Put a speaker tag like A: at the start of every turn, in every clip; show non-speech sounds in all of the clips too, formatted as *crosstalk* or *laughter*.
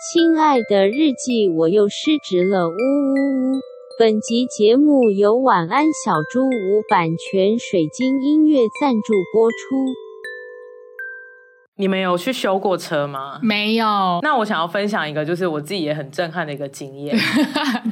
A: 亲爱的日记，我又失职了，呜呜呜！本集节目由晚安小猪屋版权水晶音乐赞助播出。
B: 你们有去修过车吗？
C: 没有，
B: 那我想要分享一个，就是我自己也很震撼的一个经
C: *laughs*
B: 验。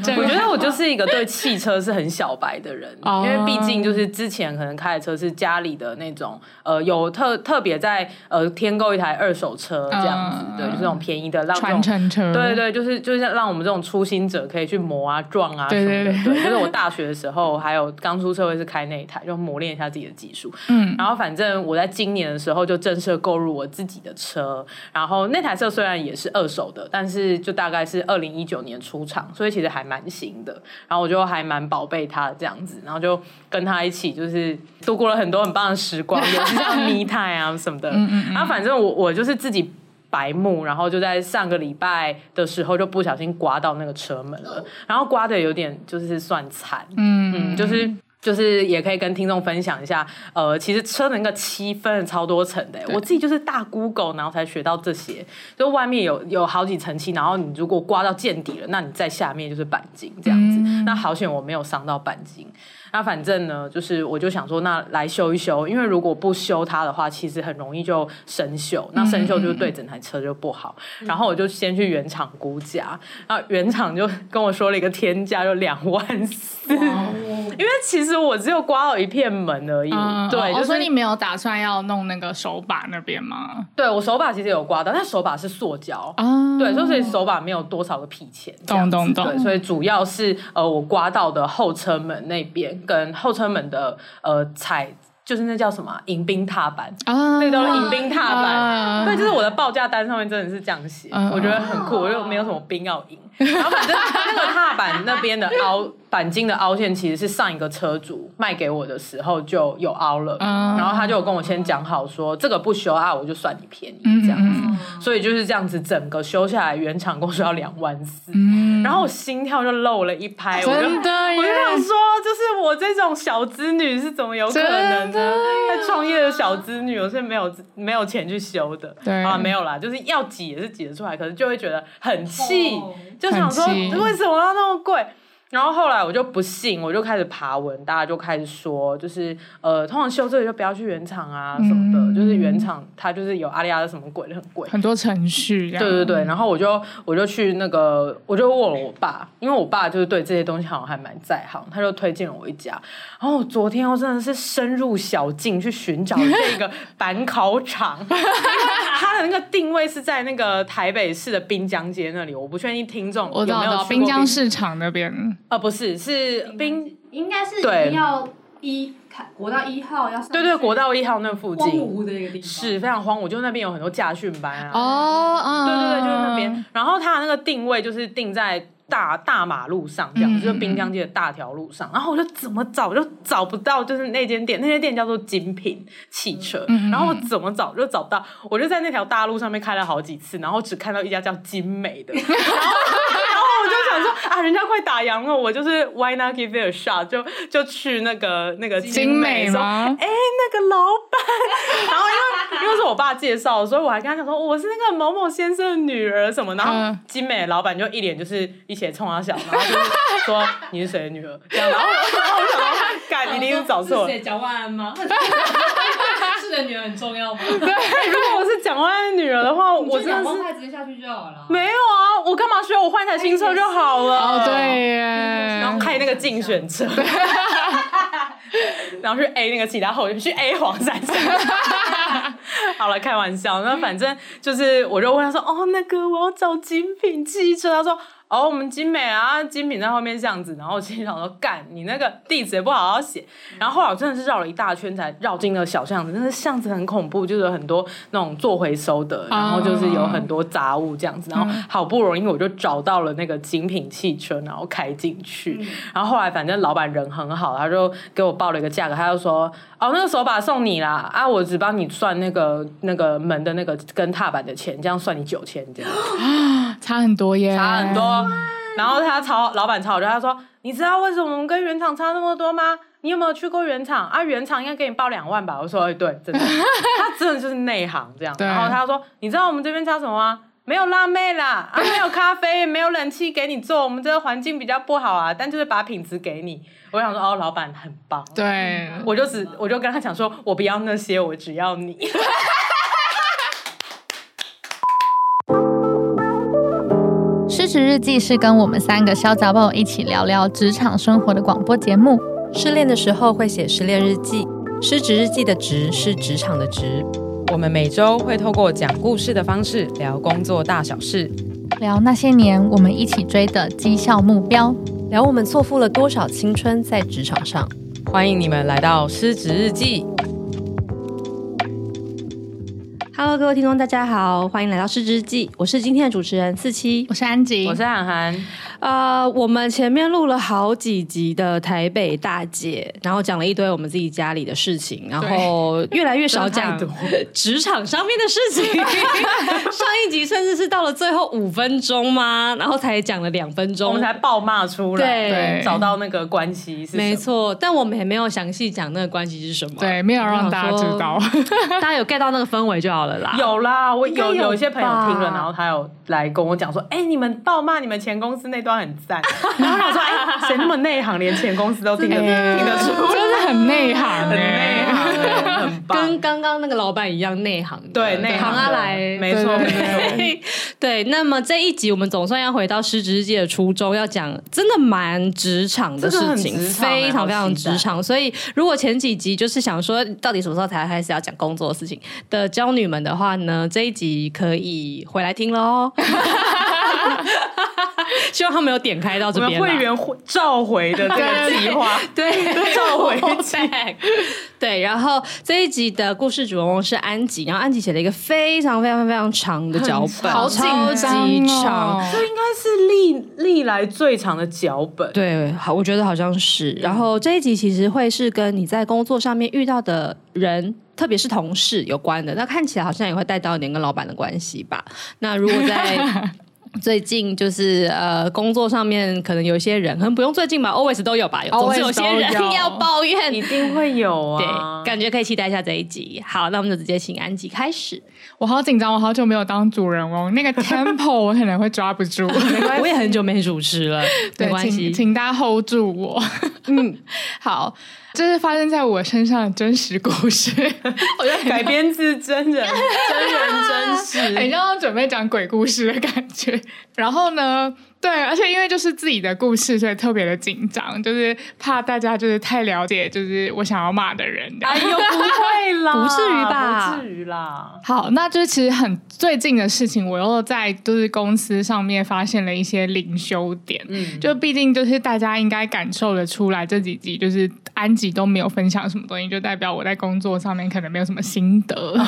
C: 这
B: 我觉得我就是一个对汽车是很小白的人，
C: *laughs* 哦
B: 因为毕竟就是之前可能开的车是家里的那种，呃，有特特别在呃添购一台二手车这样子，
C: 嗯
B: 对，就是这种便宜的，让这
C: 传
B: 种
C: 承车，
B: 对对，就是就是让我们这种初心者可以去磨啊、撞啊什
C: 对
B: 么
C: 对
B: 的。
C: 对
B: 就是我大学的时候，还有刚出社会是开那一台，就磨练一下自己的技术。
C: 嗯，
B: 然后反正我在今年的时候就正式购入我自己的车，然后那台车虽然也是二手的，但是就大概是二零一九年出厂，所以其实还蛮新的。然后我就还蛮宝贝它这样子，然后就跟他一起就是度过了很多很棒的时光，也是像
C: *laughs*
B: me time 啊什么的。
C: 嗯嗯嗯
B: 然后反正我我就是自己。白目，然后就在上个礼拜的时候就不小心刮到那个车门
C: 哦
B: 了，然后刮的有点就是算惨，
C: 嗯
B: 嗯，就是。就是也可以跟听众分享一下，呃，其实车的那个漆分了超多层的、我自己就是大 Google，然后才学到这些。就外面有有好几层漆，然后你如果刮到见底了，那你在下面就是钣金这样子。那好险我没有伤到钣金。那反正呢，就是我就想说，那来修一修，因为如果不修它的话，其实很容易就生锈。那生锈就是对整台车就不好。然后我就先去原厂估价，然后原厂就跟我说了一个天价，就两万四。因为其实我只有刮到一片门而已，
C: 嗯，
B: 对，
C: 哦
B: 就
C: 所
B: 是
C: 以你没有打算要弄那个手把那边吗？
B: 对我手把其实有刮到，但手把是塑胶。
C: 啊，
B: 对，所以手把没有多少个皮钱，这样子
C: 懂懂懂
B: 对，所以主要是呃，我刮到的后车门那边跟后车门的呃踩，就是那叫什么啊迎宾踏板，
C: 啊，
B: 那都是迎宾踏板。
C: 啊
B: 对，就是我的报价单上面真的是这样写，
C: 嗯
B: 我觉得很酷，我又没有什么冰要赢。然后反正那个踏板那边的凹钣金的凹陷，其实是上一个车主卖给我的时候就有凹了，
C: 嗯
B: 然后他就有跟我先讲好说这个不修啊，我就算你便宜
C: 嗯
B: 这样子。
C: 嗯
B: 所以就是这样子，整个修下来，原厂跟我说要两万四，
C: 嗯，啊
B: 然后我心跳就漏了一拍，我就
C: 真的耶，
B: 我就想说，就是我这种小资女是怎么有可能
C: 真的啊呀
B: 呢？在创业的小资女，我是没有没有钱去修的。
C: 对
B: 啊，没有啦，就是要挤也是挤得出来，可是就会觉得很气，就想说
C: 哦很气
B: 为什么要那么贵？然后后来我就不信，我就开始爬文，大家就开始说，就是呃，通常修这个就不要去原厂啊什么的，
C: 嗯
B: 就是原厂它就是有阿里阿的什么鬼的很贵，
C: 很多程序这样，
B: 对对对，然后我就我就去那个，我就问了我爸，因为我爸就是对这些东西好像还蛮在行，他就推荐了我一家。然后我昨天我真的是深入小径去寻找这
C: *laughs*
B: 个板烤厂， *laughs* 因为它的那个定位是在那个台北市的滨江街那里，我不确定听众
C: 我
B: 有
C: 知道
B: 没
C: 我
B: 有
C: 知道
B: 去过
C: 滨江，市场那边，
B: 呃，不是是滨，
D: 应该是
B: 对
D: 要一开国道一号要上去
B: 对对，国道一号那附
D: 荒
B: 近
D: 芜的一个地方
B: 是非常荒芜，就那边有很多驾训班啊，
C: 哦，嗯
B: 对对对，就是那边。然后它的那个定位就是定在大大马路上，这
C: 嗯
B: 样
C: 嗯
B: 子，就是滨江街的大条路上。然后我就怎么找就找不到，就是那间店，那间店叫做精品汽车。
C: 嗯嗯嗯
B: 然后我怎么找就找不到，我就在那条大路上面开了好几次，然后只看到一家叫精美
C: *laughs*
B: 的。然后然后我就想说啊，人家快打烊了，我就是 why not give it a shot，就就去那个那个
C: 精美
B: 美说
C: 吗？
B: 哎、那个老板，然后
D: *laughs*
B: 因为因为是我爸介绍的，所以我还跟他讲说我是那个某某先生的女儿什么，然后
C: 嗯
B: 金美的老板就一脸就是一起冲他笑，然后就是说你是谁的女儿这样，然后我然后我想说，干，你一定是找错
D: 哦 *laughs* 是
B: 了。
D: 谁蒋万安吗？是的女儿很重要吗？
B: 哎如果我是蒋万安的女儿的话， *laughs* 我
D: 就
B: 真
D: 两
B: 的
D: 万
B: 是
D: 块直接下去就好了。
B: 没有啊，我干嘛学？我换一台新车就好了。
C: 哦，对
B: 然后
C: 耶，
B: 开那个竞选车， *laughs* 然后去 A 那个其他候选，去 A 黄珊珊。好了，开玩笑。那反正就是，我就问他说：“哦，那个我要找精品汽车。”他说：“哦，我们精美啊，精品在后面这样子。”然后我心里想说：“干，你那个地址也不好好写。”然后后来我真的是绕了一大圈才绕进了小巷子，那个巷子很恐怖，就是有很多那种做回收的，然后就是有很多杂物这样子。然后好不容易我就找到了那个精品汽车，然后开进去。然后后来反正老板人很好，他就给我报了一个价格，他就说：“哦，那个手把送你啦，啊，我只帮你算那个那个门的那个跟踏板的钱，这样算你九千这样。”
C: 差很多耶，
B: 差很
E: 哎
B: 多。然后他吵老板吵着，他说：“你知道为什么我们跟原厂差那么多吗？你有没有去过原厂啊？原厂应该给你报两万
E: *laughs*
B: 吧？”我说：“哎、对，真的，他真的就是内行这样。”
C: 对
B: 然后他说：“你知道我们这边差什么吗？没有辣妹啦，
E: *laughs*
B: 啊，没有咖啡，没有冷气给你做，我们这个环境比较不好啊，但就是把品质给你。我想说，哦，老板很棒。
C: 对，
B: 我就只我就跟他讲说，我不要那些，我只要你。
E: *laughs*
F: 失职日记是跟我们三个小杂宝一起聊聊职场生活的广播节目。
G: 失恋的时候会写失恋日记，失职日记的职是职场的职。
E: 我们每周会透过讲故事的方式聊工作大小事，
F: 聊那些年我们一起追的绩效目标。
G: 聊我们错付了多少青春在职场上。
E: 欢迎你们来到失职日记。
G: Hello，各位听众，大家好，欢迎来到失职日记，我是今天的主持人四七
F: 我。是安吉，
B: 我是涵涵，
G: 呃，我们前面录了好几集的台北大姐，然后讲了一堆我们自己家里的事情，然后越来越少讲
B: 真的太
G: 职场上面的事情。
B: *laughs*
G: 上一集甚至是到了最后五分钟吗？然后才讲了两分
B: 我
G: 钟
B: 们，才暴骂出来，
G: 对
B: 找到那个关系是什么
G: 没。错，但我们也没有详细讲那个关系是什么，
C: 对，没有让大家知道
G: 我。大家有 get 到那个氛围就好了啦。
B: 有啦，我有
G: 应该有
B: 有一些朋友听了，
G: 吧
B: 然后他有来跟我讲说，哎、你们暴骂你们前公司那段很赞， *laughs* 然后我想说，哎、谁那么内行，连前公司都听得听得出，
C: 哎真的很内行
B: 很内
C: 哎、
B: 行，很棒，
G: 跟刚刚那个老板一样内行的，
B: 对内行
G: 行
B: 的
G: 阿来，
B: 没错
C: 对
B: 没
C: 对对
B: 错，
G: 对， *laughs* 那么这一集我们总算要回到失职日记的初衷，要讲真的蛮职场的事情，
B: 真的很职场欸
G: 非常
B: 好期待
G: 非常职场。所以如果前几集就是想说到底什么时候才开始要讲工作的事情的娇女们的话呢，这一集可以回来听喽。 *laughs* 希望他们有点开到
B: 我
G: 这
B: 们
G: 边啦。
B: 会员会召回的这个计划， *laughs*
G: 对，
B: 召回计
G: back。对，然后这一集的故事主人公是安吉，然后安吉写了一个非常非常非常长的脚
B: 很长
G: 本，
B: 好哦
C: 紧
G: 超级
C: 张
G: 长。
C: 哦
B: 这应该是历历来最长的脚本，
G: 对，嗯好，我觉得好像是。然后这一集其实会是跟你在工作上面遇到的人，特别是同事有关的。那看起来好像也会带到一点跟老板的关系吧。那如果 *laughs* 在最近就是呃工作上面，可能有一些人，可能不用最近吧，always 都有吧，有总是
C: Always
G: 有些人
C: 都有
G: 要抱怨。
B: 一定会有啊
G: 对，。感觉可以期待一下这一集。好，那我们就直接请安吉开始。
C: 我好紧张，我好久没有当主人翁，那个 tempo 我可能会抓不住。
G: 我也很久没主持 *laughs* 了，没
C: 对，
G: 关系
C: 请。请大家 hold 住我。嗯， *laughs* 好，这是发生在我身上的真实故事。
B: 我觉得改编自真人，真人真
C: *laughs* *laughs* 很
B: 事。
C: 像准备讲鬼故事的感觉。然后呢，对，而且因为就是自己的故事，所以特别的紧张，就是怕大家就是太了解，就是我想要骂的人这样。
B: 哎呦，不会啦，
G: 不至于吧
B: 不至于啦。
C: 好，那就是其实很最近的事情，我又在就是公司上面发现了一些灵修点。
B: 嗯，
C: 就毕竟就是大家应该感受得出来，这几集就是安吉都没有分享什么东西，就代表我在工作上面可能没有什么心得。
G: 哦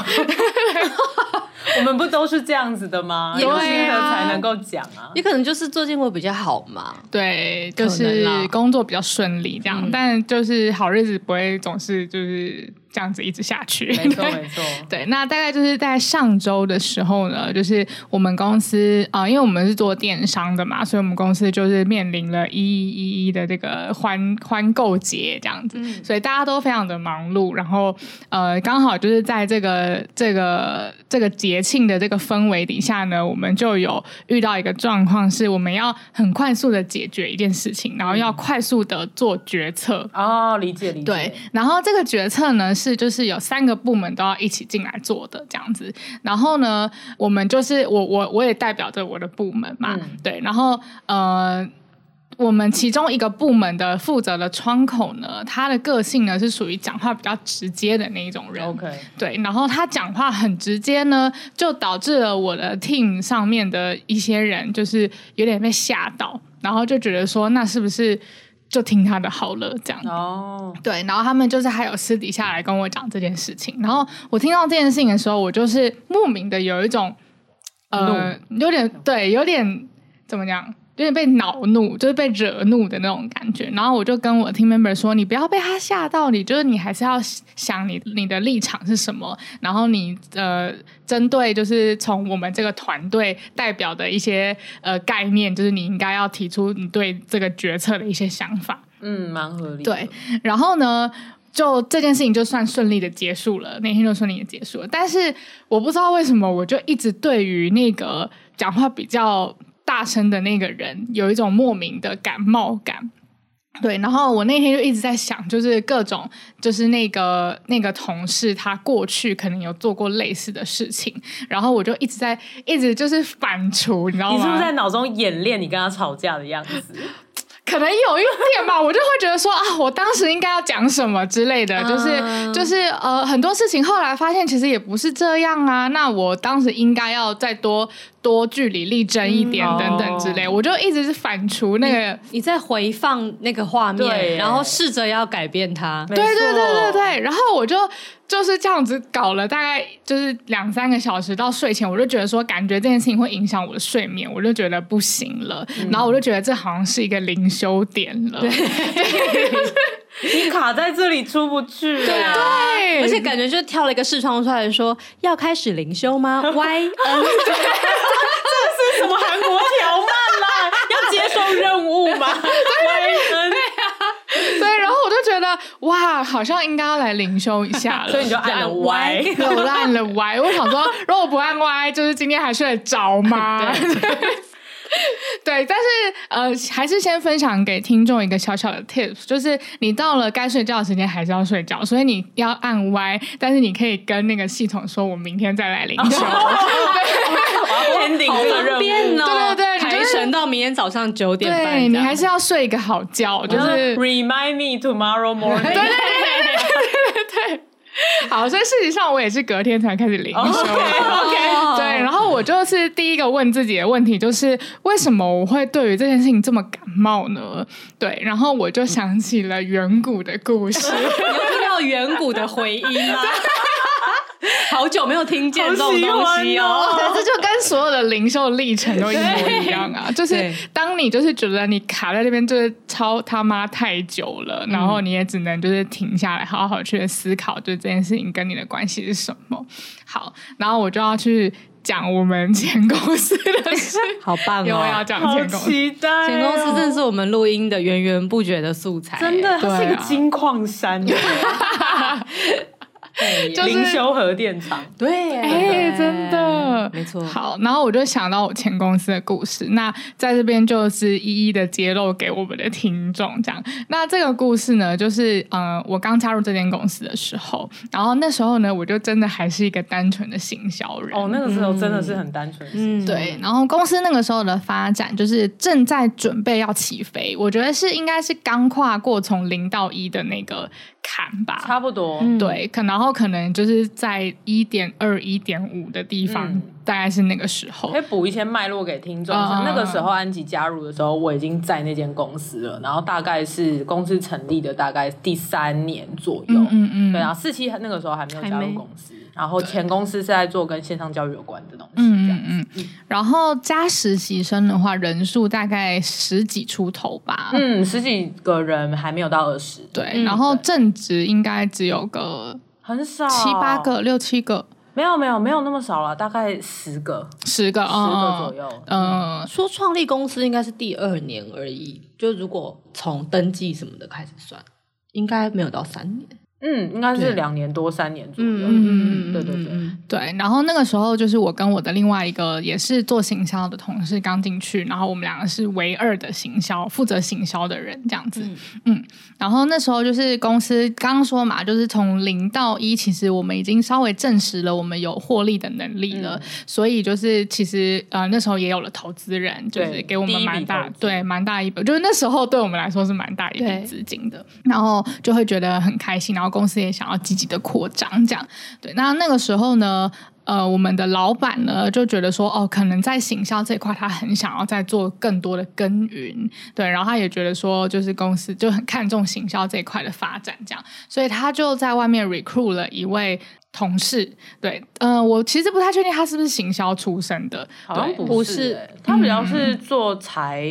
B: 我们不都是这样子的吗？
C: 对
B: 有
C: 啊
B: 心得才能够讲啊。
G: 也可能就是最近我比较好嘛，
C: *laughs* 对，就
G: 可能
C: 是
G: 啦嗯
C: 工作比较顺利这样，但就是好日子不会总是就是这样子一直下去。
B: 没错
C: 对
B: 没错，
C: 对，那大概就是在上周的时候呢，就是我们公司啊、呃因为我们是做电商的嘛，所以我们公司就是面临了一一一一的这个欢欢购节这样子，所以大家都非常的忙碌。然后呃，刚好就是在这个这个这个节庆的这个氛围底下呢，我们就有遇到一个状况，是我们要很快速的解决一件事情，然后要快速的做决策。
B: 哦，理解理解。
C: 对，然后这个决策呢是就是有三个部门都要一起进来做的这样子。然后呢，我们就是我我我也代表着我的部门嘛，
B: 嗯
C: 对，然后呃。我们其中一个部门的负责的窗口呢，他的个性呢是属于讲话比较直接的那一种人。
B: ，OK，
C: 对，然后他讲话很直接呢，就导致了我的 team 上面的一些人就是有点被吓到，然后就觉得说，那是不是就听他的好了这样
B: 哦，
C: 对，然后他们就是还有私底下来跟我讲这件事情，然后我听到这件事情的时候，我就是莫名的有一种呃，有点对，有点怎么讲？有点被恼怒，就是被惹怒的那种感觉。然后我就跟我 team member 说：“你不要被他吓到你，就是你还是要想你你的立场是什么，然后你呃，针对就是从我们这个团队代表的一些呃概念，就是你应该要提出你对这个决策的一些想法。”
B: 嗯，蛮合理。
C: 对，然后呢，就这件事情就算顺利的结束了，那天就顺利的结束了。但是我不知道为什么，我就一直对于那个讲话比较大声的那个人有一种莫名的感冒感。对，然后我那天就一直在想，就是各种，就是那个那个同事他过去可能有做过类似的事情，然后我就一直在一直就是反刍，你知道吗？
B: 你是不是在脑中演练你跟他吵架的样子？
C: 可能有一点吧，我就会觉得说啊，我当时应该要讲什么之类的，就是就是呃，很多事情后来发现其实也不是这样啊。那我当时应该要再多多据理力争一点
B: 嗯
C: 等等之类，
B: 哦
C: 我就一直是反刍那个。
G: 你在回放那个画
B: 对
G: 面，然后试着要改变它。
B: 对
C: 对对对对对，然后我就就是这样子搞了大概就是两三个小时，到睡前我就觉得说，感觉这件事情会影响我的睡眠，我就觉得不行了，然后我就觉得这好像是一个灵修点了，对
B: 你卡在这里出不去。对 *laughs* 啊，
C: 对，
G: 而且感觉就跳了一个视窗出来说要开始灵
C: *laughs*
G: 修吗？Y N
B: 是什么韩国条漫啦？要接受任务吗？对
C: 对，然后我就觉得哇，好像应该要来灵修一下了，
B: *laughs* 所以你就按了 Y
C: *laughs* 对我就按了 Y。我想说，如果我不按 Y，就是今天还睡得着吗？ *laughs* 对，但是呃，还是先分享给听众一个小小的 tips，就是你到了该睡觉的时间还是要睡觉，所以你要按 Y，但是你可以跟那个系统说，我明天再来灵
B: 哦
C: 修。
B: 我要 ending 这个任务。
C: 哦对对对你就
G: 排
C: 是
G: 哦程到明天早上九点半这
C: 对
G: 样，
C: 你还是要睡一个好觉，就
B: 就是是 remind me tomorrow morning。
C: 好。所以事实上，我也是隔天才开始灵修。
B: 哦 OK，
C: 对，然后我就是第一个问自己的问题，就是为什么我会对于这件事情这么感冒呢？对，然后我就想起了远古的故 *laughs* 事，
G: 听到远古的回音
C: *laughs*
G: 吗？好久没有听见这种东西
B: 好
G: 哦。
C: 对，这就跟所有的灵修历程都一模一样啊！就是
G: 对
C: 当你就是觉得你卡在这边就是超他妈太久了，然后你也只能就是停下来，好好去思考，就是这件事情跟你的关系是什么。好，然后我就要去讲我们前公司的 *laughs* 事，
G: 好棒哦
C: 因为我要！讲
B: 好
C: 前公司。
B: 期待哦。
C: 啊
G: 前公司真的是我们录音的源源不绝的素材，
B: 真的，它是一
C: 对
B: 个
C: 啊
B: 金矿山，
C: 就是
B: 灵修核电厂。
G: 对，
C: 哎、真的，
G: 没错
C: 好，然后我就想到我前公司的故事，那在这边就是一一的揭露给我们的听众，这样。那这个故事呢，就是呃，我刚加入这间公司的时候，然后那时候呢，我就真的还是一个单纯的行销人。
B: 哦，那个时候真的是很单纯。
G: 嗯，
C: 对，然后公司那个时候的发展就是正在准备要起飞，我觉得是应该是刚跨过从零到一的那个坎吧，
B: 差不多，
G: 嗯
C: 对，可然后可能就是在一点二、一点五的地方，
B: 嗯
C: 大概是那个时候
B: 可以。补一些脉络给听众。
C: 嗯
B: 那个时候安吉加入的时候，我已经在那间公司了，然后大概是公司成立的大概第三年左右。
C: 嗯嗯嗯，
B: 对啊，四期那个时候还没有加入公司，然后前公司是在做跟线上教育有关的东西，这样
C: 嗯嗯嗯。然后加实习生的话，人数大概十几出头吧。
B: 嗯，十几个人还没有到二十，
C: 对，
G: 嗯
C: 然后正职应该只有个
B: 很少，
C: 七八，个、六七个、
B: 没有没有没有那么少了，大概十个，
C: 十个，
B: 十个左
C: 嗯
B: 右。
C: 嗯嗯，
G: 说创立公司应该是第二年而已，就如果从登记什么的开始算，应该没有到三年。
B: 嗯，应该
C: 对
B: 是两年多三年左右。
C: 嗯嗯嗯
B: 对对对，
C: 对，然后那个时候就是我跟我的另外一个也是做行销的同事刚进去，然后我们两个是唯二的行销负责行销的人这样子，嗯然后那时候就是公司刚刚说嘛，就是从零到一，其实我们已经稍微证实了我们有获利的能力了，所以就是其实呃那时候也有了投资人，就是
B: 对
C: 给我
B: 第一
C: 们
B: 笔
C: 蛮大
B: 投资
C: 对蛮大一笔，就是那时候对我们来说是蛮大一
G: 对
C: 笔资金的，然后就会觉得很开心，然后公司也想要积极的扩张这样。对，那那个时候呢，呃，我们的老板呢就觉得说，哦，可能在行销这一块，他很想要再做更多的耕耘，对，然后他也觉得说，就是公司就很看重行销这一块的发展，这样，所以他就在外面 recruit 了一位。同事，对，嗯、我其实不太确定他是不是行销出身的，
B: 好像
C: 对嗯
B: 不
G: 不
B: 是
G: 是
B: 欸，他比较是做财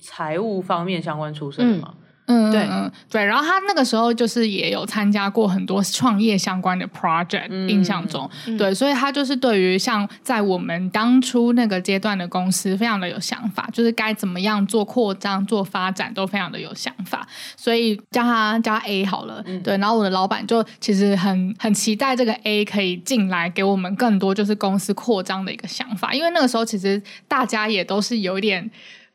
B: 财务方面相关出身的嘛。
C: 嗯，
G: 对
C: 嗯嗯对，然后他那个时候就是也有参加过很多创业相关的 project，、
B: 嗯
C: 印象中，对，所以他就是对于像在我们当初那个阶段的公司非常的有想法，就是该怎么样做扩张、做发展都非常的有想法，所以叫他叫他 A 好了，
B: 嗯
C: 对，然后我的老板就其实很很期待这个 A 可以进来给我们更多就是公司扩张的一个想法，因为那个时候其实大家也都是有一点。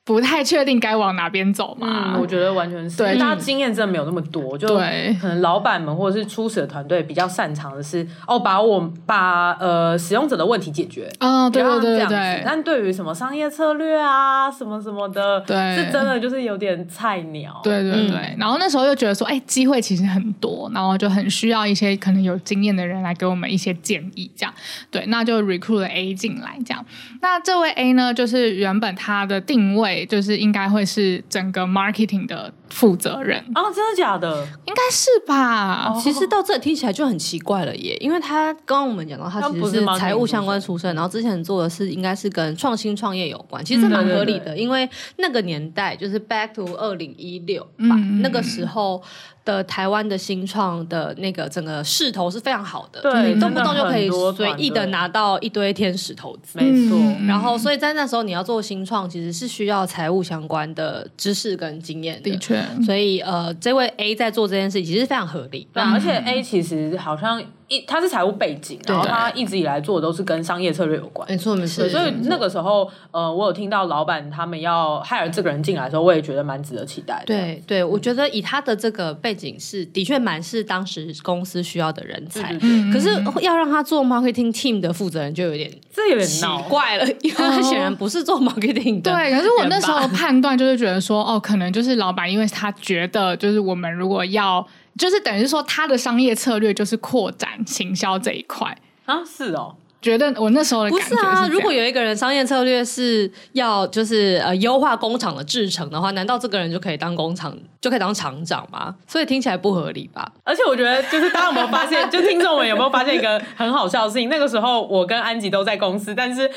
C: 不太确定该往哪边走嘛，
B: 嗯，我觉得完全是，
C: 对
B: 因为大家经验真的没有那么多，就
C: 对
B: 可能老板们或者是初始的团队比较擅长的是，哦，把我把呃使用者的问题解决。
C: 嗯，对
B: 比
C: 对
B: 较这
C: 对对
B: 样子
C: 对，
B: 但对于什么商业策略啊，什么什么的，
C: 对
B: 是真的就是有点菜鸟。
C: 对对
G: 嗯
C: 对，然后那时候又觉得说，哎，机会其实很多，然后就很需要一些可能有经验的人来给我们一些建议，这样对，那就 recruit 了 A 进来，这样。那这位 A 呢，就是原本他的定位就是应该会是整个 marketing 的负责人，
B: 啊，真的假的？
C: 应该是吧？
G: 其实到这里听起来就很奇怪了耶，因为他刚刚我们讲到，他
B: 他
G: 其
B: 不
G: 实
B: 是
G: 是
B: marketing
G: 财务相关
B: 出
G: 出身，然后之前做的是应该是跟创新创业有关，其实这
C: 嗯
G: 蛮
B: 对对
G: 合理
B: 对
G: 的，因为那个年代就是 back to 二零一六吧
C: 嗯嗯，
G: 那个时候的台湾的新创的那个整个势头是非常好的，
B: 对
G: 你动不动就可以
B: 真的很多
G: 随意的
B: 团队
G: 拿到一堆天使投资，
B: 没错，
C: 嗯
G: 然后所以在那时候你要做新创，其实是需要财务相关的知识跟经验
C: 的
G: 的。
C: 确，
G: 所以，呃，这位 A 在做这件事情其实非常合理。
B: 对啊，而且 A 其实好像一他是财务背景，然后他一直以来做的都是跟商业策略有关。
G: 没错，没错
B: 对，所以那个时候，呃，我有听到老板他们要 hire 这个人进来的时候，我也觉得蛮值得期待的。
G: 对对，我觉得以他的这个背景是的确蛮是当时公司需要的人才
B: 对，对对，
C: 嗯
G: 可是要让他做 marketing team 的负责人就有点
B: 这有点
G: 奇
B: 闹。
G: 怪了，因为他显然不是做 marketing 的。
C: 对，可是我那时候
G: *laughs*
C: 判断就是觉得说，哦，可能就是老板，因为他觉得就是我们如果要， *laughs* 就是等于说他的商业策略就是扩展行销这一块。
B: 啊，是哦，
C: 觉得我那时候的
G: 不
C: 感觉
G: 是
C: 这
G: 啊，
C: 样
G: 如果有一个人商业策略是要就是呃优化工厂的制程的话，难道这个人就可以当工厂就可以当厂长吗？所以听起来不合理吧？
B: 而且我觉得，就是大家有没有发现，就听众们有没有发现一个很好笑的事情？那个时候我跟安吉都在公司，但是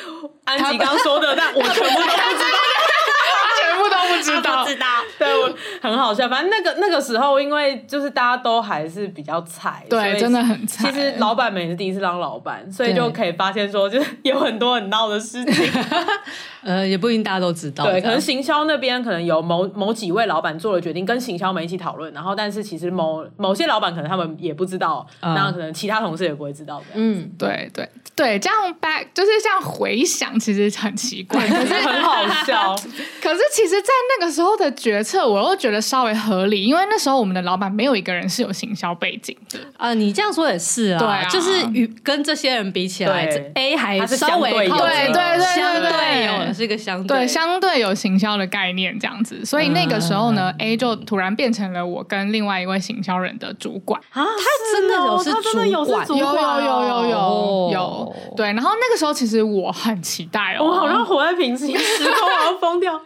B: 安吉刚说的，但
C: *laughs*
B: 我全部都不知道。
C: 全部都不知道，
B: 道，对我很好笑。反正那个那个时候，因为就是大家都还是比较菜，所以
C: 对，真的很
B: 其
C: 惨。
B: 实老板们也是第一次当老板，所以就可以发现说，就是有很多很闹的事情。
C: *laughs*
G: 呃，也不一定大家都知道。
B: 对，
G: 这
B: 可
G: 样
B: 能行销那边可能有某某几位老板做了决定，跟行销们一起讨论，然后但是其实某某些老板可能他们也不知道，
G: 嗯
B: 那可能其他同事也不会知道的。
G: 嗯，
C: 对对对，这
G: *laughs*
C: 样 back 就是这样回想，其实很奇怪。可是
B: 很好
C: *laughs*
B: 笑，
C: 可是其实，在那个时候的决策，我又觉得稍微合理，因为那时候我们的老板没有一个人是有行销背景的。
G: 啊、你这样说也是啊，
C: 对啊
G: 就是与跟这些人比起来
B: 对
G: ，A 还
B: 它是
G: 稍微
B: 相对有
G: 靠近
C: 对对对对
G: 相
C: 对
G: 对有是一个相
C: 对，
G: 对
C: 相对有行销的概念这样子，所以那个时候呢、a 就突然变成了我跟另外一位行销人的主管。
B: 啊，他
G: 真的有
B: 有，
G: 是
B: 他真的有
G: 主管
B: 是主管哦，
C: 有有有有
G: 哦
C: 有，对。然后那个时候其实我很期待哦，
B: 我好像活在平行时空，我要疯
C: *laughs*
B: 掉。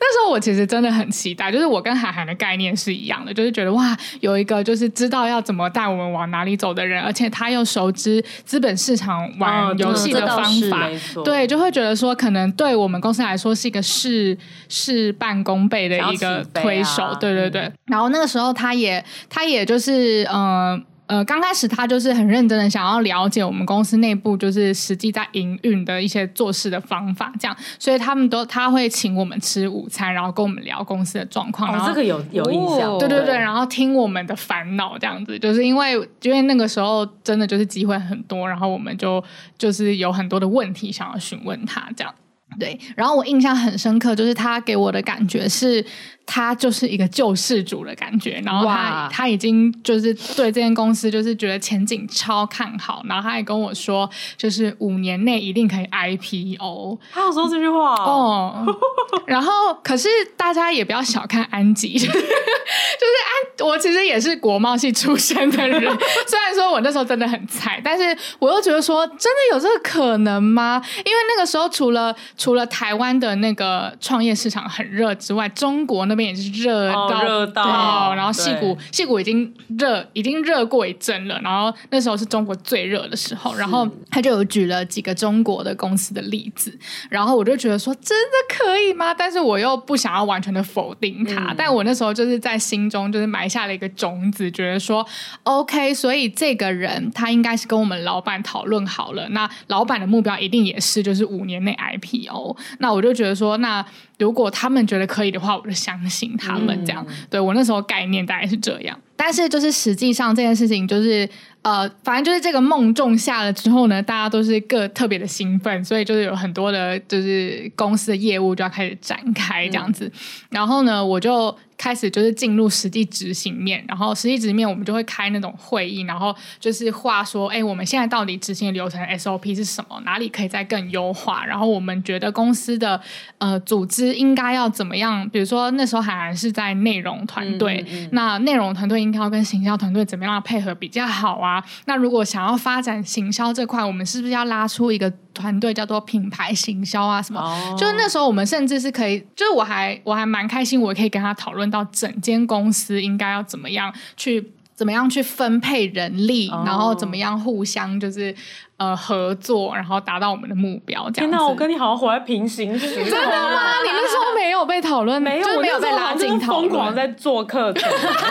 C: 那时候我其实真的很期待，就是我跟韩寒的概念是一样的，就是觉得哇，有一个就是知道要怎么带我们往哪里走的人，而且他又熟知资本市场玩
B: 嗯
C: 游戏的
G: 这倒
C: 方
G: 是
C: 法，
B: 没错哦
C: 对，就会觉得说，可能对我们公司来说是一个事事半功倍的一
B: 想要
C: 个
B: 起飞
C: 推
B: 啊
C: 手，对对对。然后那个时候，他也他也就是呃。呃，刚开始他就是很认真的想要了解我们公司内部就是实际在营运的一些做事的方法，这样，所以他们都他会请我们吃午餐，然后跟我们聊公司的状况，然
B: 哦，
C: 后哦
B: 这个有有印象，
C: 对对对，然后听我们的烦恼这样子，就是因为因为那个时候真的就是机会很多，然后我们就就是有很多的问题想要询问他这样。对，然后我印象很深刻，就是他给我的感觉是，他就是一个救世主的感觉。然后他
G: 哇
C: 他已经就是对这间公司就是觉得前景超看好，然后他也跟我说，就是五年内一定可以 E IPO。
B: 他有说这句话哦，
C: *laughs* *laughs* 哦，然后可是大家也不要小看安吉，就是安，我其实也是国贸系出身的人，虽然说我那时候真的很菜，但是我又觉得说，真的有这个可能吗？因为那个时候除了除了台湾的那个创业市场很热之外，中国那边也是热
B: 哦
C: 到
B: 热到
C: 爆然后
B: 对
C: 戏骨戏骨已经热已经热过一阵了，然后那时候是中国最热的时候，然后他就有举了几个中国的公司的例子，然后我就觉得说真的可以吗？但是我又不想要完全的否定它，但我那时候就是在心中就是埋下了一个种子，觉得说 OK，所以这个人他应该是跟我们老板讨论好了，那老板的目标一定也是就是五年内 IPO，那我就觉得说那。如果他们觉得可以的话，我就相信他们这样。对我那时候概念大概是这样，但是就是实际上这件事情就是呃，反正就是这个梦种下了之后呢，大家都是各特别的兴奋，所以就是有很多的就是公司的业务就要开始展开这样子。然后呢，我就开始就是进入实际执行面，然后实际执行面我们就会开那种会议，然后就是话说，哎，我们现在到底执行的流程 SOP 是什么？哪里可以再更优化？然后我们觉得公司的呃组织应该要怎么样？比如说那时候海涵是在内容团队，那内容团队应该要跟行销团队怎么样配合比较好啊？那如果想要发展行销这块，我们是不是要拉出一个团队叫做品牌行销啊什么？
B: 哦
C: 就是那时候我们甚至是可以，就是我还我还蛮开心，我可以跟他讨论到整间公司应该要怎么样去。怎么样去分配人力，
B: 哦
C: 然后怎么样互相就是呃合作，然后达到我们的目标。这
B: 天
C: 样子
B: 哪，我跟你好像活在平行时空。
C: 真的吗？你那时候没有被讨论，
B: 没有，
C: 就是
B: 我
C: 没有
B: 那
C: 被
B: 时候
C: 拉
B: 好像
C: 进
B: 是
C: 讨
B: 疯
C: 论。
B: 狂在做课程， *laughs*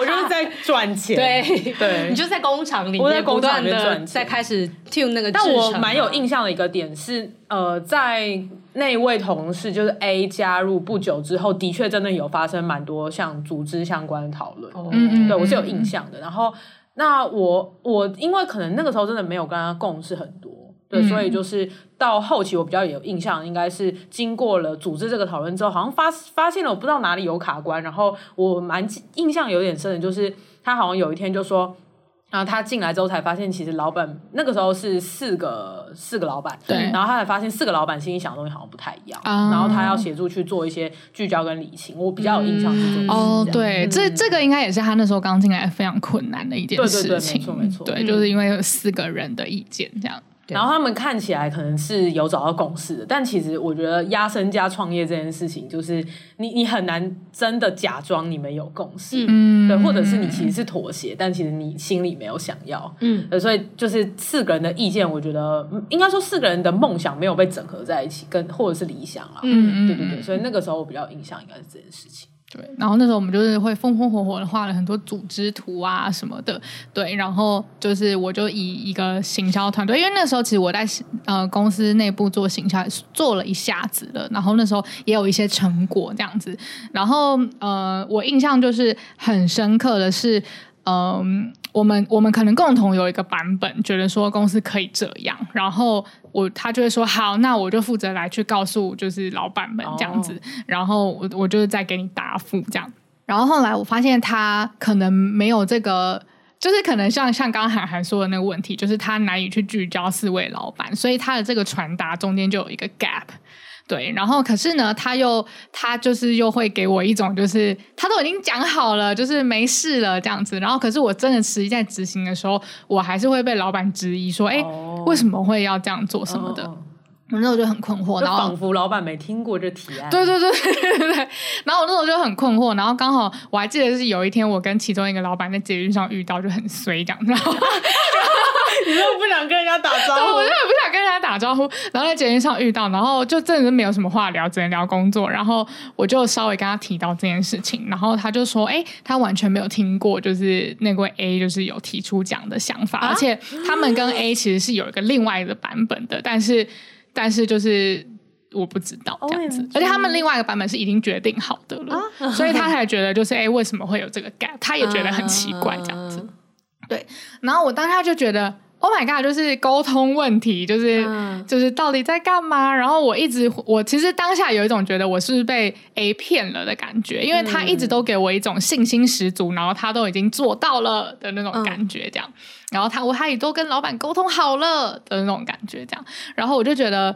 B: 我就是在赚钱。，
G: 对
B: 对
G: *laughs* 你就在工厂里
B: 我在
G: 面不
B: 工厂
G: 断
B: 里面赚
G: 的
B: 钱
G: 在开始 tune 那个制
B: 但
G: 程啊，
B: 我蛮有印象的一个点是，呃，在那位同事就是 A 加入不久之后，的确真的有发生蛮多像组织相关的讨论。哦
C: 嗯嗯
B: 对我是有
C: 嗯
B: 印象的。然后，那我我因为可能那个时候真的没有跟他共识很多。对，
C: 嗯
B: 所以就是到后期我比较有印象，应该是经过了组织这个讨论之后，好像发发现了我不知道哪里有卡关，然后我蛮记印象有点深的，就是他好像有一天就说，然后他进来之后才发现，其实老板那个时候是四个四个老板，
C: 对
B: 然后他才发现四个老板心里想的东西好像不太一样，
C: 啊
B: 然后他要协助去做一些聚焦跟理清，我比较有印象是这件事情
C: 哦，
B: 这样
C: 对，这这个应该也是他那时候刚进来非常困难的一
B: 嗯
C: 件
B: 对对对
C: 事情，
B: 没错没错
C: 对，
B: 嗯
C: 就是因为有四个人的意见这样。
B: 然后他们看起来可能是有找到共识的，但其实我觉得压身家创业这件事情，就是你你很难真的假装你们有共识，
C: 嗯
B: 对，或者是你其实是妥协，但其实你心里没有想要，嗯，所以就是四个人的意见，我觉得嗯应该说四个人的梦想没有被整合在一起，跟或者是理想啦，
C: 嗯嗯
B: 对对对，所以那个时候我比较有印象应该是这件事情，
C: 对，然后那时候我们就是会风风火火的画了很多组织图啊什么的，对，然后就是我就以一个行销团队，因为那时候其实我在呃公司内部做行销也是做了一下子了，然后那时候也有一些成果这样子，然后呃我印象就是很深刻的是，嗯、我们我们可能共同有一个版本，觉得说公司可以这样，然后我他就会说好，那我就负责来去告诉就是老板们这样子，然后我我就是再给你答复这样。然后后来我发现他可能没有这个。就是可能像像刚刚韩寒说的那个问题，就是他难以去聚焦四位老板，所以他的这个传达中间就有一个 gap。对，然后可是呢，他又他就是又会给我一种就是他都已经讲好了，就是没事了这样子。然后可是我真的实际在执行的时候，我还是会被老板质疑说，哎、
B: 哦
C: 为什么会要这样做什么的？
B: 嗯嗯
C: 我那时候就很困
B: 嗯
C: 惑，
B: 就
C: 然后
B: 仿佛老板没听过这提案，
C: 对对 *laughs* 对对对对。然后我那时候就很困惑，然后刚好我还记得是有一天我跟其中一个老板在捷运上遇到，就很衰这样，然
B: *laughs*
C: 后
B: 你又不想跟人家打
C: 对
B: 招呼
C: *laughs* 我就，很不想跟人家打招呼，然后在捷运上遇到，然后就真的是没有什么话聊，只能聊工作。然后我就稍微跟他提到这件事情，然后他就说：“哎、他完全没有听过，就是那位 A 就是有提出这样的想法，而且他们跟 A 其实是有一个另外一个版本的，但是但是就是。”我不知道这样子
B: OMG
C: 而且他们另外一个版本是已经决定好的了所以他才觉得就是哎、为什么会有这个 gap？他也觉得很奇怪这样
G: 啊
C: 子。然后我当下就觉得，Oh my god，就是沟通问题，就是、
G: 嗯
C: 就是到底在干嘛？然后我一直，我其实当下有一种觉得我是不是被 A 骗了的感觉，因为他一直都给我一种信心十足，然后他都已经做到了的那种感觉，这样。然后他我他也都跟老板沟通好了的那种感觉，这样。然后我就觉得。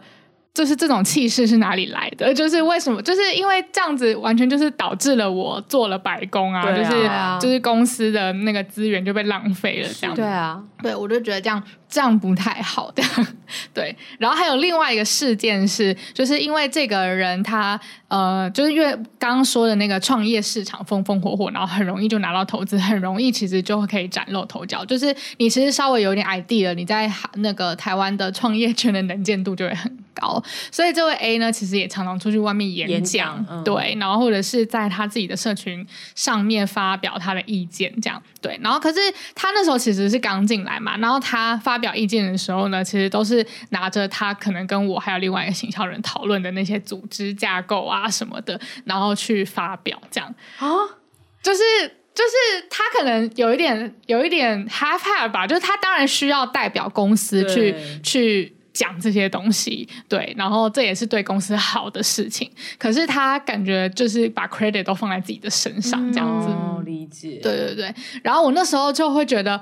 C: 就是这种气势是哪里来的？就是为什么？就是因为这样子，完全就是导致了我做了白工啊，
B: 对
C: 就
B: 啊
C: 是、
G: 对啊
C: 就是公司的那个资源就被浪费了，这样
G: 对啊，
C: 对，我就觉得这样这样不太好 *laughs* 的。对，然后还有另外一个事件是，就是因为这个人他呃，就是因为刚刚说的那个创业市场风风火火，然后很容易就拿到投资，很容易其实就可以崭露头角。就是你其实稍微有点 idea，你在那个台湾的创业圈的能见度就会很高。所以这位 A 呢，其实也常常出去外面演
B: 演
C: 讲，
B: 讲嗯
C: 对，然后或者是在他自己的社群上面发表他的意见，这样对。然后可是他那时候其实是刚进来嘛，然后他发表意见的时候呢，其实都是拿着他可能跟我还有另外一个行销人讨论的那些组织架构啊什么的，然后去发表这样
B: 啊
C: 就是就是他可能有一点有一点 half half 吧，就是他当然需要代表公司去
B: 对
C: 去讲这些东西，对，然后这也是对公司好的事情。可是他感觉就是把 credit 都放在自己的身上，这样子，
B: 哦，理解。
C: 对对对。然后我那时候就会觉得。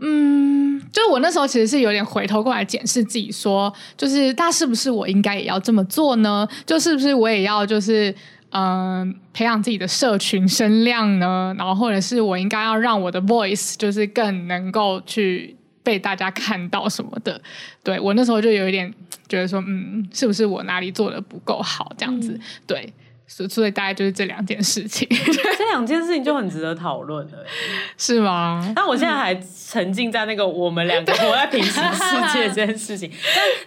C: 嗯，就是我那时候其实是有点回头过来检视自己说就是那是不是我应该也要这么做呢？就是不是我也要就是嗯、呃培养自己的社群声量呢？然后或者是我应该要让我的 voice 就是更能够去被大家看到什么的？对我那时候就有一点觉得说，嗯，是不是我哪里做的不够好这样子？
G: 嗯
C: 对。所所以大概就是这两件事情， *laughs*
B: 这两件事情就很值得讨论了。欸
C: 是吗？
B: 但我现在还沉浸在那个我们两个活在平行世界这件事情。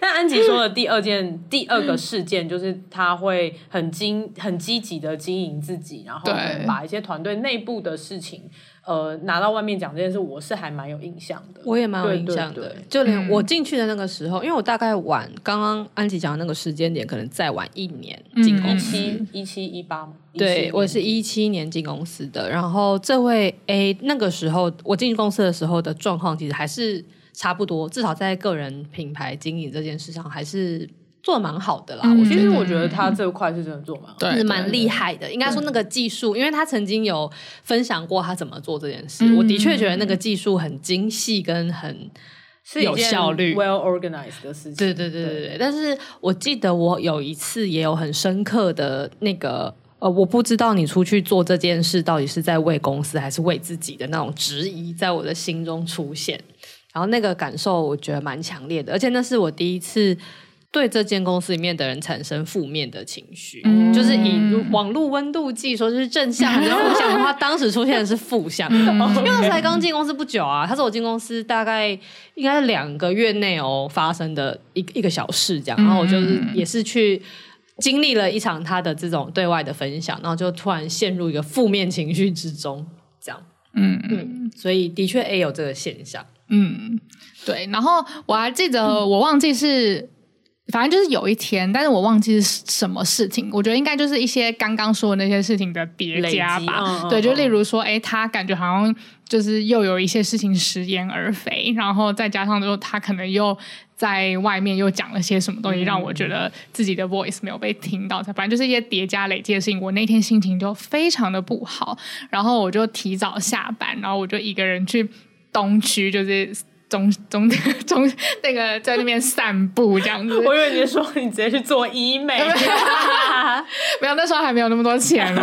B: 但但安吉说的第二件、第二
G: 嗯
B: 个事件就是他会很经很积极的经营自己，然后
C: 对
B: 把一些团队内部的事情。呃，拿到外面讲这件事，我是还蛮有印象的。
G: 我也蛮有
B: 对
G: 印
B: 对
G: 象的，
B: 对
G: 就连
C: 嗯
G: 我进去的那个时候，因为我大概晚刚刚安吉讲的那个时间点，可能再晚一年进
C: 嗯
G: 公
B: 一
G: 司。
B: 七一七一八吗？
G: 对，
B: 17
G: 我是一七年进公司的，然后这位 A 那个时候我进公司的时候的状况，其实还是差不多，至少在个人品牌经营这件事上还是做得蛮好的啦。
C: 嗯
G: 我觉
B: 其
G: 得
B: 实我觉得他这块是真的做蛮好的。
G: 是
C: 对，
G: 蛮厉害的。应该说那个技术，因为他曾经有分享过他怎么做这件事，
C: 嗯
G: 我的确觉得那个技术很精细跟很
B: 是一
G: 有
B: 件
G: 效率
B: ，well organized 的事情。
G: 对对对对对，但是我记得我有一次也有很深刻的那个。呃，我不知道你出去做这件事到底是在为公司还是为自己的那种质疑，在我的心中出现。然后那个感受我觉得蛮强烈的，而且那是我第一次对这间公司里面的人产生负面的情绪，
C: 嗯
G: 就是以网络温度计说是正向，然后负向的话，当时出现的是负向
C: 嗯
G: 的，因为我才刚进公司不久啊，他是我进公司大概应该是两个月内哦发生的一一个小事这样，然后我就是
C: 嗯
G: 也是去。经历了一场他的这种对外的分享，然后就突然陷入一个负面情绪之中，这样，
C: 嗯嗯。
G: 嗯，所以的确也有这个现象。
C: 嗯，对。然后我还记
B: 嗯
C: 得，我忘记是，反正就是有一天，但是我忘记是什么事情。我觉得应该就是一些刚刚说的那些事情的叠加
B: 累积
C: 吧。
B: 嗯嗯
C: 对，就
B: 嗯
C: 例如说，哎，他感觉好像就是又有一些事情食言而肥，然后再加上之后，他可能又。在外面又讲了些什么东西，让我觉得自己的 voice 没有被听到，反正就是一些叠加累积的事情。我那天心情就非常的不好，然后我就提早下班，然后我就一个人去东区，就是中中中 *laughs* 那个在那边散步这样子。
B: 我以为你说你直接去做医美，
C: 没有，那时候还没有那么多钱 *laughs* 哦。对，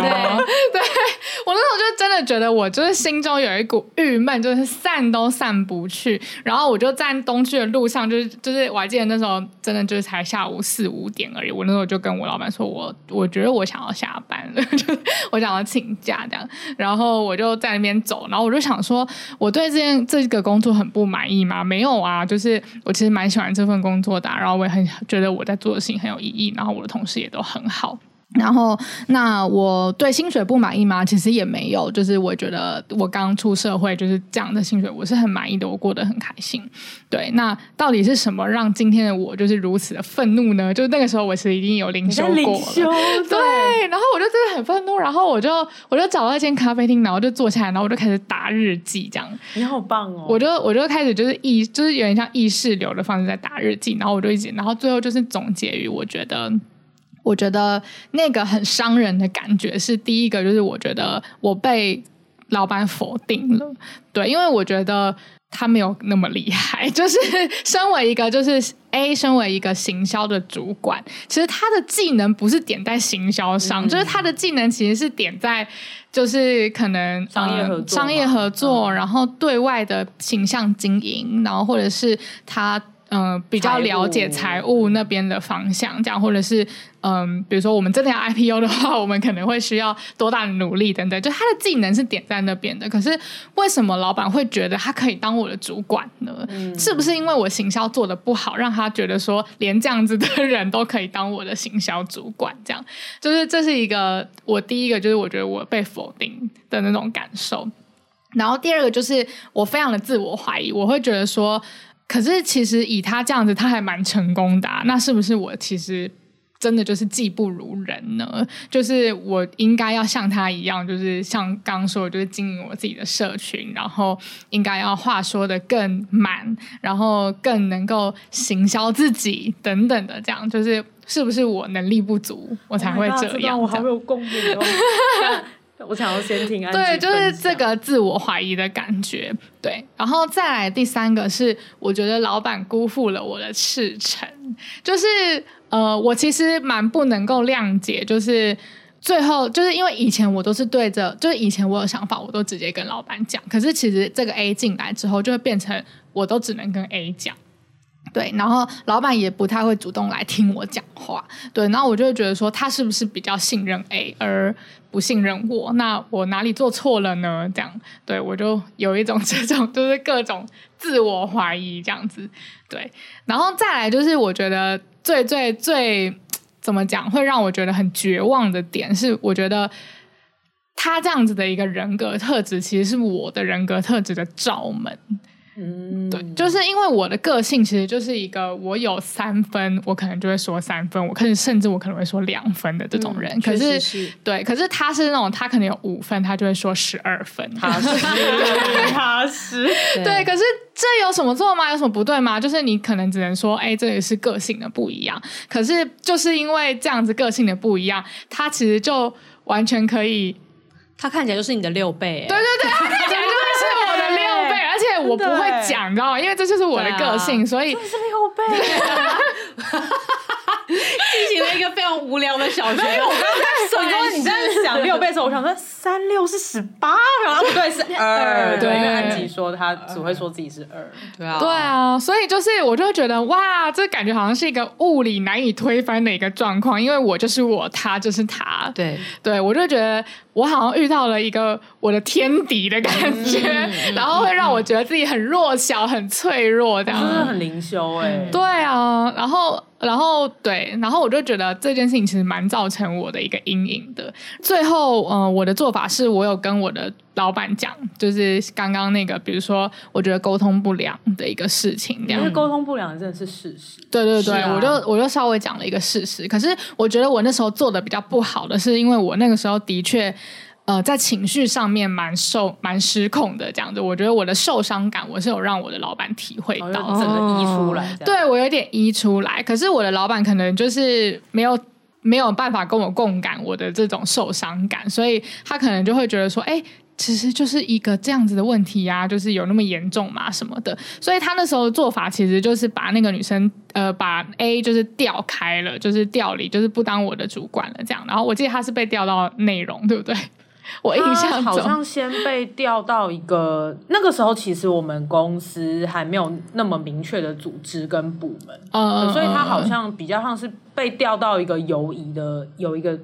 C: 我那时候就真的觉得我就是心中有一股郁闷，就是散都散不去。然后我就在东区的路上，就是就是我还记得那时候真的就是才下午四五点而已。我那时候就跟我老板说我，我觉得我想要下班了， *laughs* 就是我想要请假这样。然后我就在那边走，然后我就想说，我对这件这个工作很不满意吗？没有啊，就是我其实蛮喜欢这份工作的啊、然后我也很觉得我在做的事情很有意义，然后我的同事也都很好。然后，那我对薪水不满意吗？其实也没有，就是我觉得我刚出社会就是这样的薪水，我是很满意的，我过得很开心。对，那到底是什么让今天的我就是如此的愤怒呢？就是那个时候，我其实已经有灵
B: 你
C: 修
B: 在
C: 过
B: 领
C: 了，
B: 修，
C: 对，然后我就真的很愤怒，然后我就我就找到一间咖啡厅，然后就坐下来，然后我就开始打日记，这样，
B: 你好棒哦！
C: 我就我就开始就是意就是有点像意识流的方式在打日记，然后我就一直，然后最后就是总结于我觉得。我觉得那个很伤人的感觉是第一个，就是我觉得我被老板否定了，对，因为我觉得他没有那么厉害， *laughs* 就是身为一个就是 A，身为一个行销的主管，其实他的技能不是点在行销
B: 嗯
C: 上，就是他的技能其实是点在就是可能呃
B: 商业合作嘛
C: 商业合作，然后对外的形象经营，然后或者是他。嗯，比较了解财务那边的方向，这样或者是嗯，比如说我们真的要 IPO 的话，我们可能会需要多大的努力等等。就他的技能是点在那边的，可是为什么老板会觉得他可以当我的主管呢？是不是因为我行销做的不好，让他觉得说连这样子的人都可以当我的行销主管？这样就是这是一个我第一个就是我觉得我被否定的那种感受。然后第二个就是我非常的自我怀疑，我会觉得说，可是其实以他这样子，他还蛮成功的、啊，那是不是我其实真的就是技不如人呢？就是我应该要像他一样，就是像刚刚说的，就是经营我自己的社群，然后应该要话说的更满，然后更能够行销自己等等的，这样就是是不是我能力不足，我才会
B: Oh my god，
C: 这
B: 段
C: 样？
B: 我
C: 这
B: 好
C: 样
B: 有共鸣哦。 *laughs* 但我想要先听安
C: 对，
B: 静
C: 就是
B: 分
C: 这
B: 享
C: 个自我怀疑的感觉。对，然后再来第三个是，我觉得老板辜负了我的赤诚，就是呃，我其实蛮不能够谅解，就是。最后就是因为以前我都是对着，就是以前我有想法，我都直接跟老板讲。可是其实这个 A 进来之后，就会变成我都只能跟 A 讲。对，然后老板也不太会主动来听我讲话，对，然后我就会觉得说他是不是比较信任 A 而不信任我？那我哪里做错了呢？这样，对我就有一种 *laughs* 这种就是各种自我怀疑这样子，对，然后再来就是我觉得最最最怎么讲会让我觉得很绝望的点是，我觉得他这样子的一个人格特质其实是我的人格特质的罩门，
B: 嗯，
C: 对，就是因为我的个性其实就是一个我有三分，我可能就会说三分，我可能甚至我可能会说两分的这种人。可
G: 嗯确
C: 是
G: 实是
C: 对，可是他是那种他可能有五分，他就会说十二分。
B: 踏实踏实，
C: *laughs* 对，可是这有什么错吗？有什么不对吗？就是你可能只能说，哎，这也是个性的不一样。可是就是因为这样子个性的不一样，他其实就完全可以
G: 他看起来就是你的六倍、欸，
C: 对对对，他看起来就是 *laughs* 我的六倍，而且我不会讲，你知道吗？因为这就是我的
G: 对
C: 个
G: 啊
C: 性，所以
B: 是六倍。
G: 进行了一个非常无聊的小学。
B: 我说你这样想六倍的时候，我想说三六是十八，然后不 *laughs* 对
C: *laughs*
B: 是二，
C: 对
B: 对，因为安吉说他只会说自己是二，
G: 对啊
C: 对啊，所以就是我就会觉得哇，这感觉好像是一个物理难以推翻的一个状况，因为我就是我，他就是他，
G: 对，
C: 对我就觉得我好像遇到了一个我的天敌的感
B: 嗯
C: 觉，然后会让我觉得自己很弱小、很脆弱这样。
B: 真的很灵修哎。
C: 对啊，然后，然后对，然后我就觉得这件事情其实蛮造成我的一个阴影的。最后，呃，我的做法是我有跟我的老板讲，就是刚刚那个，比如说我觉得沟通不良的一个事情，这
B: 因
C: 样
B: 为。沟通不良真的是事实，
C: 对对对，
G: 是啊
C: 我就我就稍微讲了一个事实，可是我觉得我那时候做的比较不好的是，因为我那个时候的确。呃，在情绪上面蛮受蛮失控的，这样子，我觉得我的受伤感，我是有让我的老板体会
B: 然
C: 到，
B: 后就整个溢出来。这样，
C: 哦对我有点移出来，可是我的老板可能就是没有没有办法跟我共感我的这种受伤感，所以他可能就会觉得说，哎、其实就是一个这样子的问题呀、就是有那么严重嘛什么的，所以他那时候的做法其实就是把那个女生呃把 A 就是调开了，就是调离，就是不当我的主管了这样。然后我记得他是被调到内容，对不对？我印
B: 他
C: 象
B: 啊好
C: 中
B: 像先被调到一个，那个时候其实我们公司还没有那么明确的组织跟部门，
C: 呃，
B: 所以他好像比较像是被调到一个游移的，有一个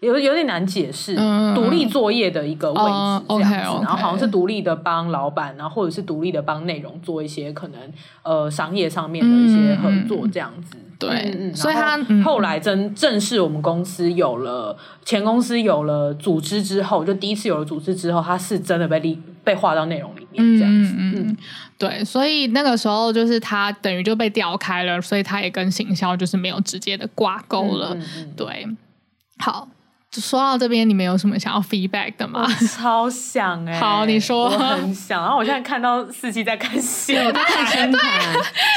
B: 有有点难解释，独、
C: 嗯嗯
B: 立作业的一个位
C: 哦
B: 置这样子，
C: OK，OK
B: 然后好像是独立的帮老板，然后或者是独立的帮内容做一些可能呃商业上面的一些合作这样子。
C: 嗯对
B: 嗯嗯
C: 所以他
B: 然后
C: 嗯
B: 后来真正式我们公司有了前公司有了组织之后，就第一次有了组织之后，他是真的被立被划到内容里面这样子。
C: 嗯嗯嗯，对，所以那个时候就是他等于就被调开了，所以他也跟行销就是没有直接的挂钩了。
B: 嗯嗯
C: 对，好，就说到这边，你们有什么想要 feedback 的
B: 哦
C: 吗？
B: *laughs* 超想哎、
C: 好你说
B: 我很想。然后我现在看到四季在看戏，
G: 我在
C: *laughs*
G: 看星盘，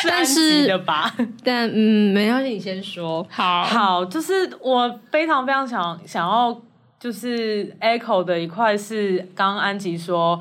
G: 但
B: 安吉的
G: 是
B: 吧。
G: 但嗯，没关系，你先说。
C: 好，
B: 好，就是我非常非常想想要，就是 echo 的一块是刚刚安吉说。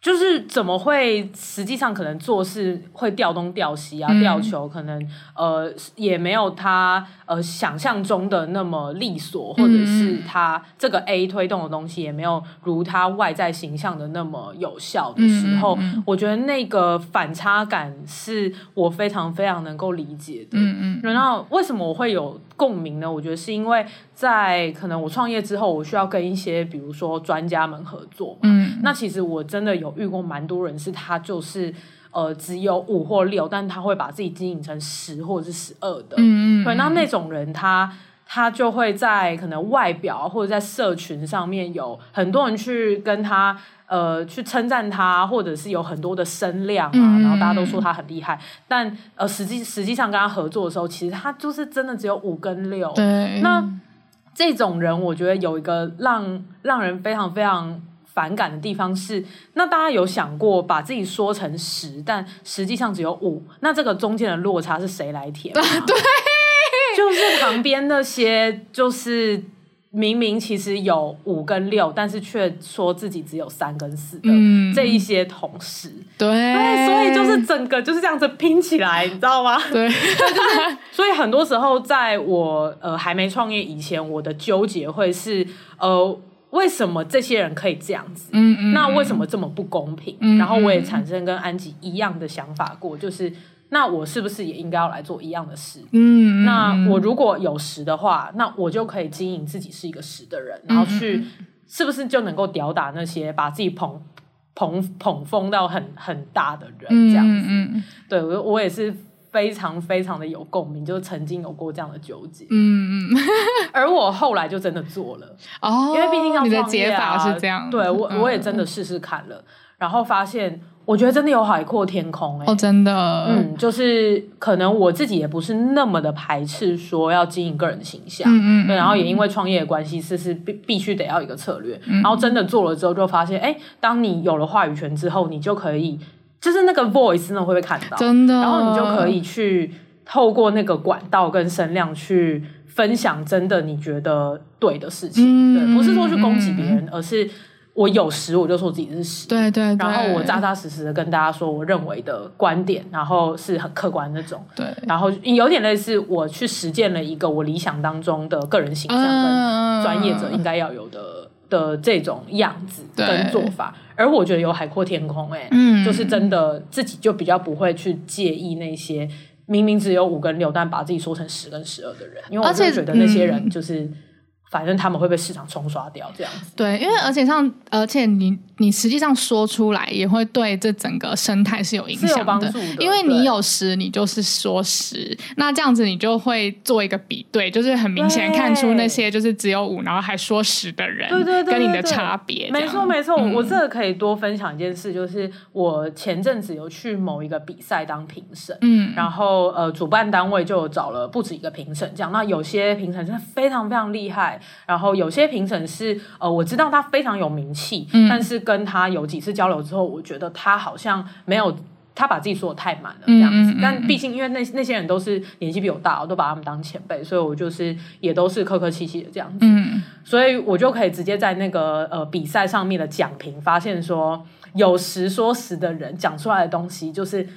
B: 就是怎么会实际上可能做事会调东调西啊，
C: 嗯
B: 调球可能呃也没有他呃想象中的那么利索，或者是
C: 嗯
B: 他这个 A 推动的东西也没有如他外在形象的那么有效的时候，
C: 嗯嗯嗯
B: 我觉得那个反差感是我非常非常能够理解的。
C: 嗯嗯，
B: 然后为什么我会有共鸣呢？我觉得是因为在可能我创业之后，我需要跟一些比如说专家们合作嘛。
C: 嗯，
B: 那其实我真的有遇过蛮多人，是他就是呃只有五或六，但他会把自己经营成十或者是十二的。
C: 嗯嗯，
B: 对，那
C: 嗯
B: 那种人他。他就会在可能外表或者在社群上面有很多人去跟他呃去称赞他，或者是有很多的声量啊，
C: 嗯
B: 然后大家都说他很厉害，但呃实际实际上跟他合作的时候，其实他就是真的只有五跟六。
C: 对，
B: 那这种人，我觉得有一个让让人非常非常反感的地方是，那大家有想过把自己说成十，但实际上只有五，那这个中间的落差是谁来填？对，就是旁边那些就是。明明其实有五跟六，但是却说自己只有三跟四的、
C: 嗯哎
B: 这一些同事，
C: 对，
B: 对，所以就是整个就是这样子拼起来，你知道吗？ *laughs*
C: 对，
B: 所以很多时候，在我呃还没创业以前，我的纠结会是呃，为什么这些人可以这样子？
C: 嗯嗯，
B: 那为
C: 么
B: 什么这么不公平？
C: 嗯
B: 然后我也
C: 嗯
B: 产生跟安吉一样的想法过，就是那我是不是也应该要来做一样的事？
C: 嗯？嗯，
B: 那
C: 嗯
B: 我如果有十的话，那我就可以经营自己是一个十的人，
C: 嗯
B: 然后去是不是就能够吊打那些把自己捧捧捧疯到很很大的人这样子？
C: 嗯嗯
B: 对我我也是非常非常的有共鸣，就是曾经有过这样的纠结，
C: 嗯嗯嗯，
B: 而我后来就真的做了，因
C: 哦，
B: 为毕竟要
C: 你的
B: 创业
C: 解
B: 啊
C: 法是这样，
B: 对我我也
C: 嗯
B: 真的试试看了，然后发现我觉得真的有海阔天空哎、
C: 哦，真的，
B: 嗯，就是可能我自己也不是那么的排斥说要经营个人形象，
C: 嗯嗯
B: 对，然后也因
C: 为
B: 为创业的关系，是是必必须得要一个策略，
C: 嗯
B: 然后真的做了之后就发现，哎，当你有了话语权之后，你就可以，就是那个 voice 真的会被看到，
C: 真的，
B: 然后你就
C: 嗯
B: 可以去透过那个管道跟声量去分享真的你觉得对的事情，
C: 嗯
B: 对，不是说去攻击别人，而是我有时我就说自己是十，
C: 对对，
B: 然后
C: 对
B: 我扎扎实实的跟大家说我认为的观点，然后是很客观的那种。
C: 对，
B: 然后有点类似我去实践了一个我理想当中的个人形象跟
C: 嗯
B: 专业者应该要有的的这种样子
C: 对
B: 跟做法，而我觉得有海阔天空、欸，哎、
C: 嗯
B: 就是真的自己就比较不会去介意那些明明只有五跟六，但把自己说成十跟十二的人，因为我
C: 而且
B: 就觉得那些人
C: 嗯
B: 就是、反正他们会被市场冲刷掉这样子，
C: 对，因为而且像，而且你你实际上说出来，也会对这整个生态是有影
B: 是有
C: 响
B: 帮
C: 的
B: 助。的，
C: 因为你
B: 对。
C: 有十，你就是说十，那这样子你就会做一个比对，就是很明显看出那些就是只有五，然后还说十的人，
B: 对对对对
C: 跟你的
B: 对
C: 差别这样，
B: 没错没错，
C: 嗯
B: 我这个可以多分享一件事，就是我前阵子有去某一个比赛当评审，
C: 嗯，
B: 然后呃，主办单位就找了不止一个评审，这样。那有些评审真的非常非常厉害，然后有些评审是呃，我知道他非常有名气，
C: 嗯
B: 但是跟他有几次交流之后，我觉得他好像没有。他把自己说的太满了，这
C: 嗯
B: 样子。
C: 嗯嗯
B: 但毕竟因为那那些人都是年纪比我大，我都把他们当前辈，所以我就是也都是客客气气的这样子。
C: 嗯
B: 所以我就可以直接在那个呃比赛上面的奖评发现说，有实说实的人讲出来的东西，就是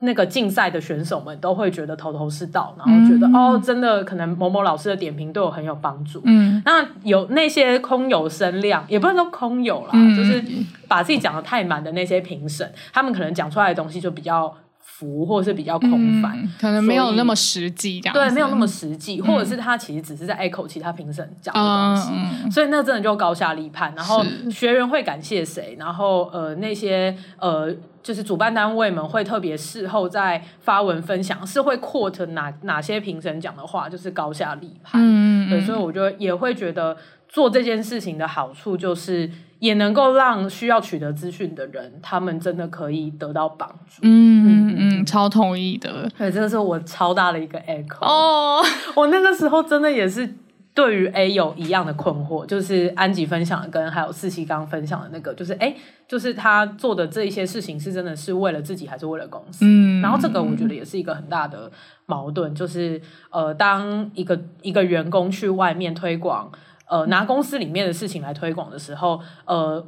B: 那个竞赛的选手们都会觉得头头是道，然后觉得、
C: 嗯
B: 哦，真的可能某某老师的点评对我很有帮助。
C: 嗯
B: 那有那些空有声量，也不能说空有啦，
C: 嗯
B: 就是把自己讲的太满的那些评审，他们可能讲出来的东西就比较浮，或者是比较空
C: 嗯
B: 泛。
C: 可能没有
B: 所以
C: 那么实际这样子，
B: 对，没有那么实际，或者是他其实只是在 echo 其他评审讲的东西，
C: 嗯嗯
B: 所以那真的就高下立判。然后
C: 是
B: 学员会感谢谁，然后呃那些呃就是主办单位们会特别事后在发文分享，是会 quote 哪哪些评审讲的话，就是高下立判。
C: 嗯，嗯
B: 对，所以我就也会觉得做这件事情的好处就是，也能够让需要取得资讯的人，他们真的可以得到帮助。
C: 嗯嗯
B: 嗯
C: 嗯，超同意的
B: 对，这个是我超大的一个 echo。
C: 哦，
B: *laughs* 我那个时候真的也是对于 A 有一样的困惑，就是安吉分享的跟还有四七刚分享的那个，就是哎、诶就是他做的这一些事情是真的是为了自己还是为了公司？
C: 嗯
B: 然后这个我觉得也是一个很大的矛盾，就是呃，当一个一个员工去外面推广，呃，拿公司里面的事情来推广的时候，呃。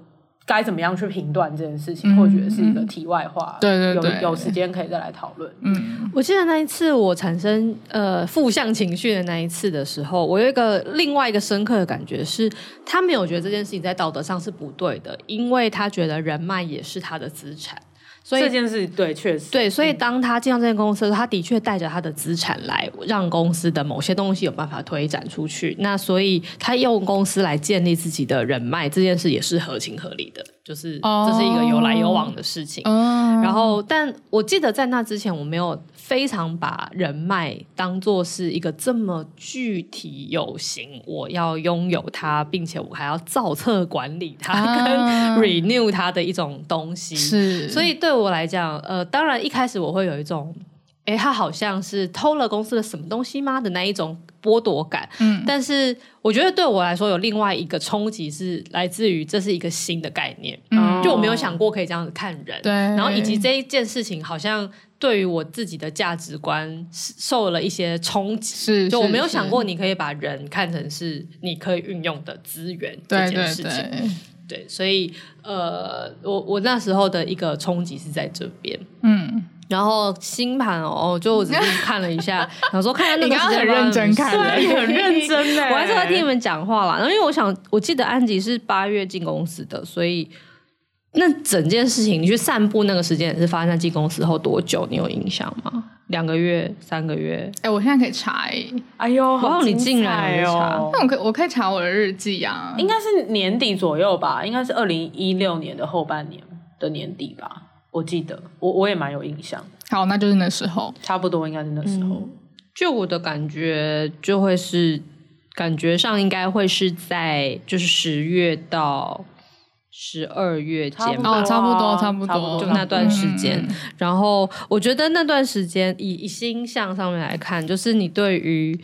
B: 该怎么样去评断这件事
C: 嗯
B: 情，或许也是一个
C: 嗯
B: 题外话。
C: 对对对
B: 有有时间可以再来讨论。
C: 嗯，
G: 我记得那一次我产生呃负向情绪的那一次的时候，我有一个另外一个深刻的感觉是，他没有觉得这件事情在道德上是不对的，因为他觉得人脉也是他的资产，所
B: 这
G: 以。
B: 件事对，确实
G: 对，
C: 嗯
G: 所以当他进到这间公司的时候，他的确带着他的资产来让公司的某些东西有办法推展出去。那所以他用公司来建立自己的人脉，这件事也是合情合理的，就是
C: 哦
G: 这是一个有来有往的事情。
C: 嗯
G: 然后，但我记得在那之前，我没有非常把人脉当做是一个这么具体有形，我要拥有它，并且我还要造册管理它，
C: 啊
G: 跟 renew 它的一种东西。
C: 是，
G: 所以对我来讲，呃，当然一开始我会有一种，诶，他好像是偷了公司的什么东西吗的那一种剥夺感。
C: 嗯
G: 但是我觉得对我来说有另外一个冲击是来自于这是一个新的概念，
C: 嗯
G: 就我没有想过可以这样子看人。
C: 对，
G: 哦然
C: 然
G: 后以及这一件事情，好像对于我自己的价值观是受了一些冲击。
C: 是，
G: 就我
C: 是
G: 没有想过，，你可以把人看成是你可以运用的资源
C: 是
G: 这
C: 对
G: 件
C: 对
G: 事情。
C: 对，
G: 对，所以呃，我我那时候的一个冲击是在这边。
C: 嗯，
G: 然后星盘哦，就我只是看了一
C: *laughs*
G: 下，想说看看那
C: 你
G: 个
C: 刚刚
G: 时间
C: 很认真
G: 发生什么
C: 看
G: 事
B: 对，很认
G: *laughs*
B: 真呢。欸
G: 我还是会听你们讲话啦。然后因为我想，我记得安吉是八月进公司的，所以那整件事情，你去散步那个时间也是发生在进公司后多久？你有印象吗？两个月、三个月？
C: 哎，我现在可以查欸，
B: 哎呦，好
G: 哇你竟然
B: 精彩
G: 有查
B: 哦！
C: 那我可以我可以查我的日记啊，
B: 应该是年底左右吧，应该是二零一六年的后半年的年底吧，我记得，我我也蛮有印象的，
C: 好，那就是那时候，
G: *laughs*
B: 差不多应该是那时候。
G: 就我的感觉，就会是感觉上应该会是在就是十月到十二月
B: 差
G: 间
B: 不
G: 吧。
B: 多啊
C: 哦，差不多，差不
B: 差不
C: 多，
B: 多
G: 就那段时间
C: 嗯，
G: 然后我觉得那段时间以以星象上面来看，就是你对于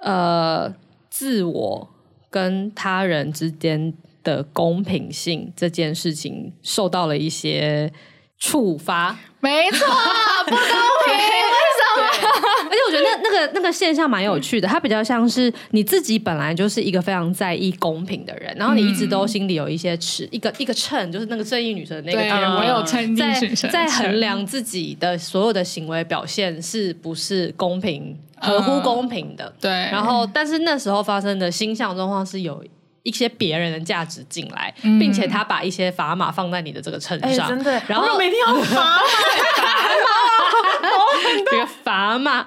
G: 呃自我跟他人之间的公平性这件事情受到了一些触发，
C: 没错，不公平，
G: 而且我觉得那那个那个现象蛮有
C: 嗯
G: 趣的，它比较像是你自己本来就是一个非常在意公平的人，然后你一直都心里有一些尺，一个一个秤，就是那个正义女神的那个
C: *laughs* 对，
G: 天
C: 我
G: 平
C: 有称进
G: 在
C: 去，
G: 在衡量自己的所有的行为表现是不是公平、
C: 嗯
G: 合乎公平的。
C: 对，
G: 然后，但是那时候发生的星象状况是有一些别人的价值进来，
C: 嗯
G: 并且他把一些砝码放在你的这个秤
B: 哎、
G: 上，
B: 真的，
G: 然后
B: 我每天要罚，
G: *laughs* 这个砝码，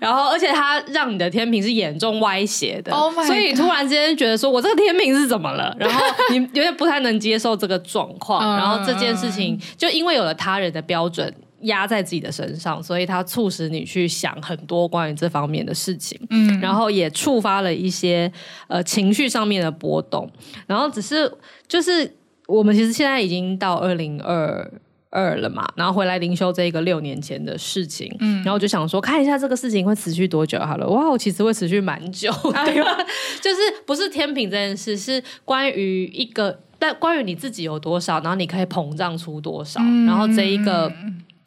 G: 然后而且他让你的天平是严重歪斜的
C: Oh my
G: 所以突然之间觉得说我这个天平是怎么了？然后你有点不太能接受这个状况，
C: 嗯
G: 然后这件事情就因为有了他人的标准。压在自己的身上，所以它促使你去想很多关于这方面的事情。
C: 嗯，
G: 然后也触发了一些呃情绪上面的波动。然后只是就是我们其实现在已经到二零二二了嘛，然后回来灵修这个六年前的事情，嗯，然后我就想说看一下这个事情会持续多久好了。哇，我其实会持续蛮久的， *laughs* 就是不是天平这件事，是关于一个。但关于你自己有多少，然后你可以膨胀出多少，
C: 嗯
G: 然后这一个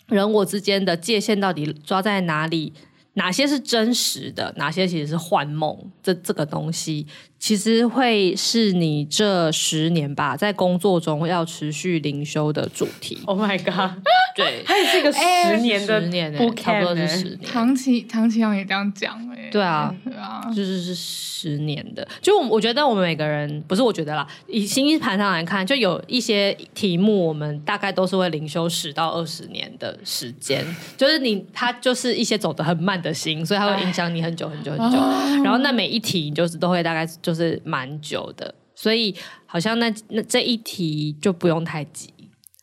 G: 人我之间的界限到底抓在哪里？哪些是真实的，哪些其实是幻梦？这这个东西其实会是你这十年吧，在工作中要持续灵修的主
B: *laughs*
G: 题。
B: ，Oh my god，
G: 对，
B: 它也是一个十年的
G: 十年欸
B: bootcamp 欸，
G: 差不多是十年。
C: 唐奇唐奇阳也这样讲哎，
G: 对啊
C: 对啊，
G: 就是是十年的，就我我觉得我们每个人不是我觉得啦，以星盘上来看，就有一些题目，我们大概都是会灵修十到二十年的时间，就是你它就是一些走得很慢的心，所以它会影响你很久很久很久。然后那每一题你就是都会大概就是蛮久的，所以好像那那这一题就不用太急。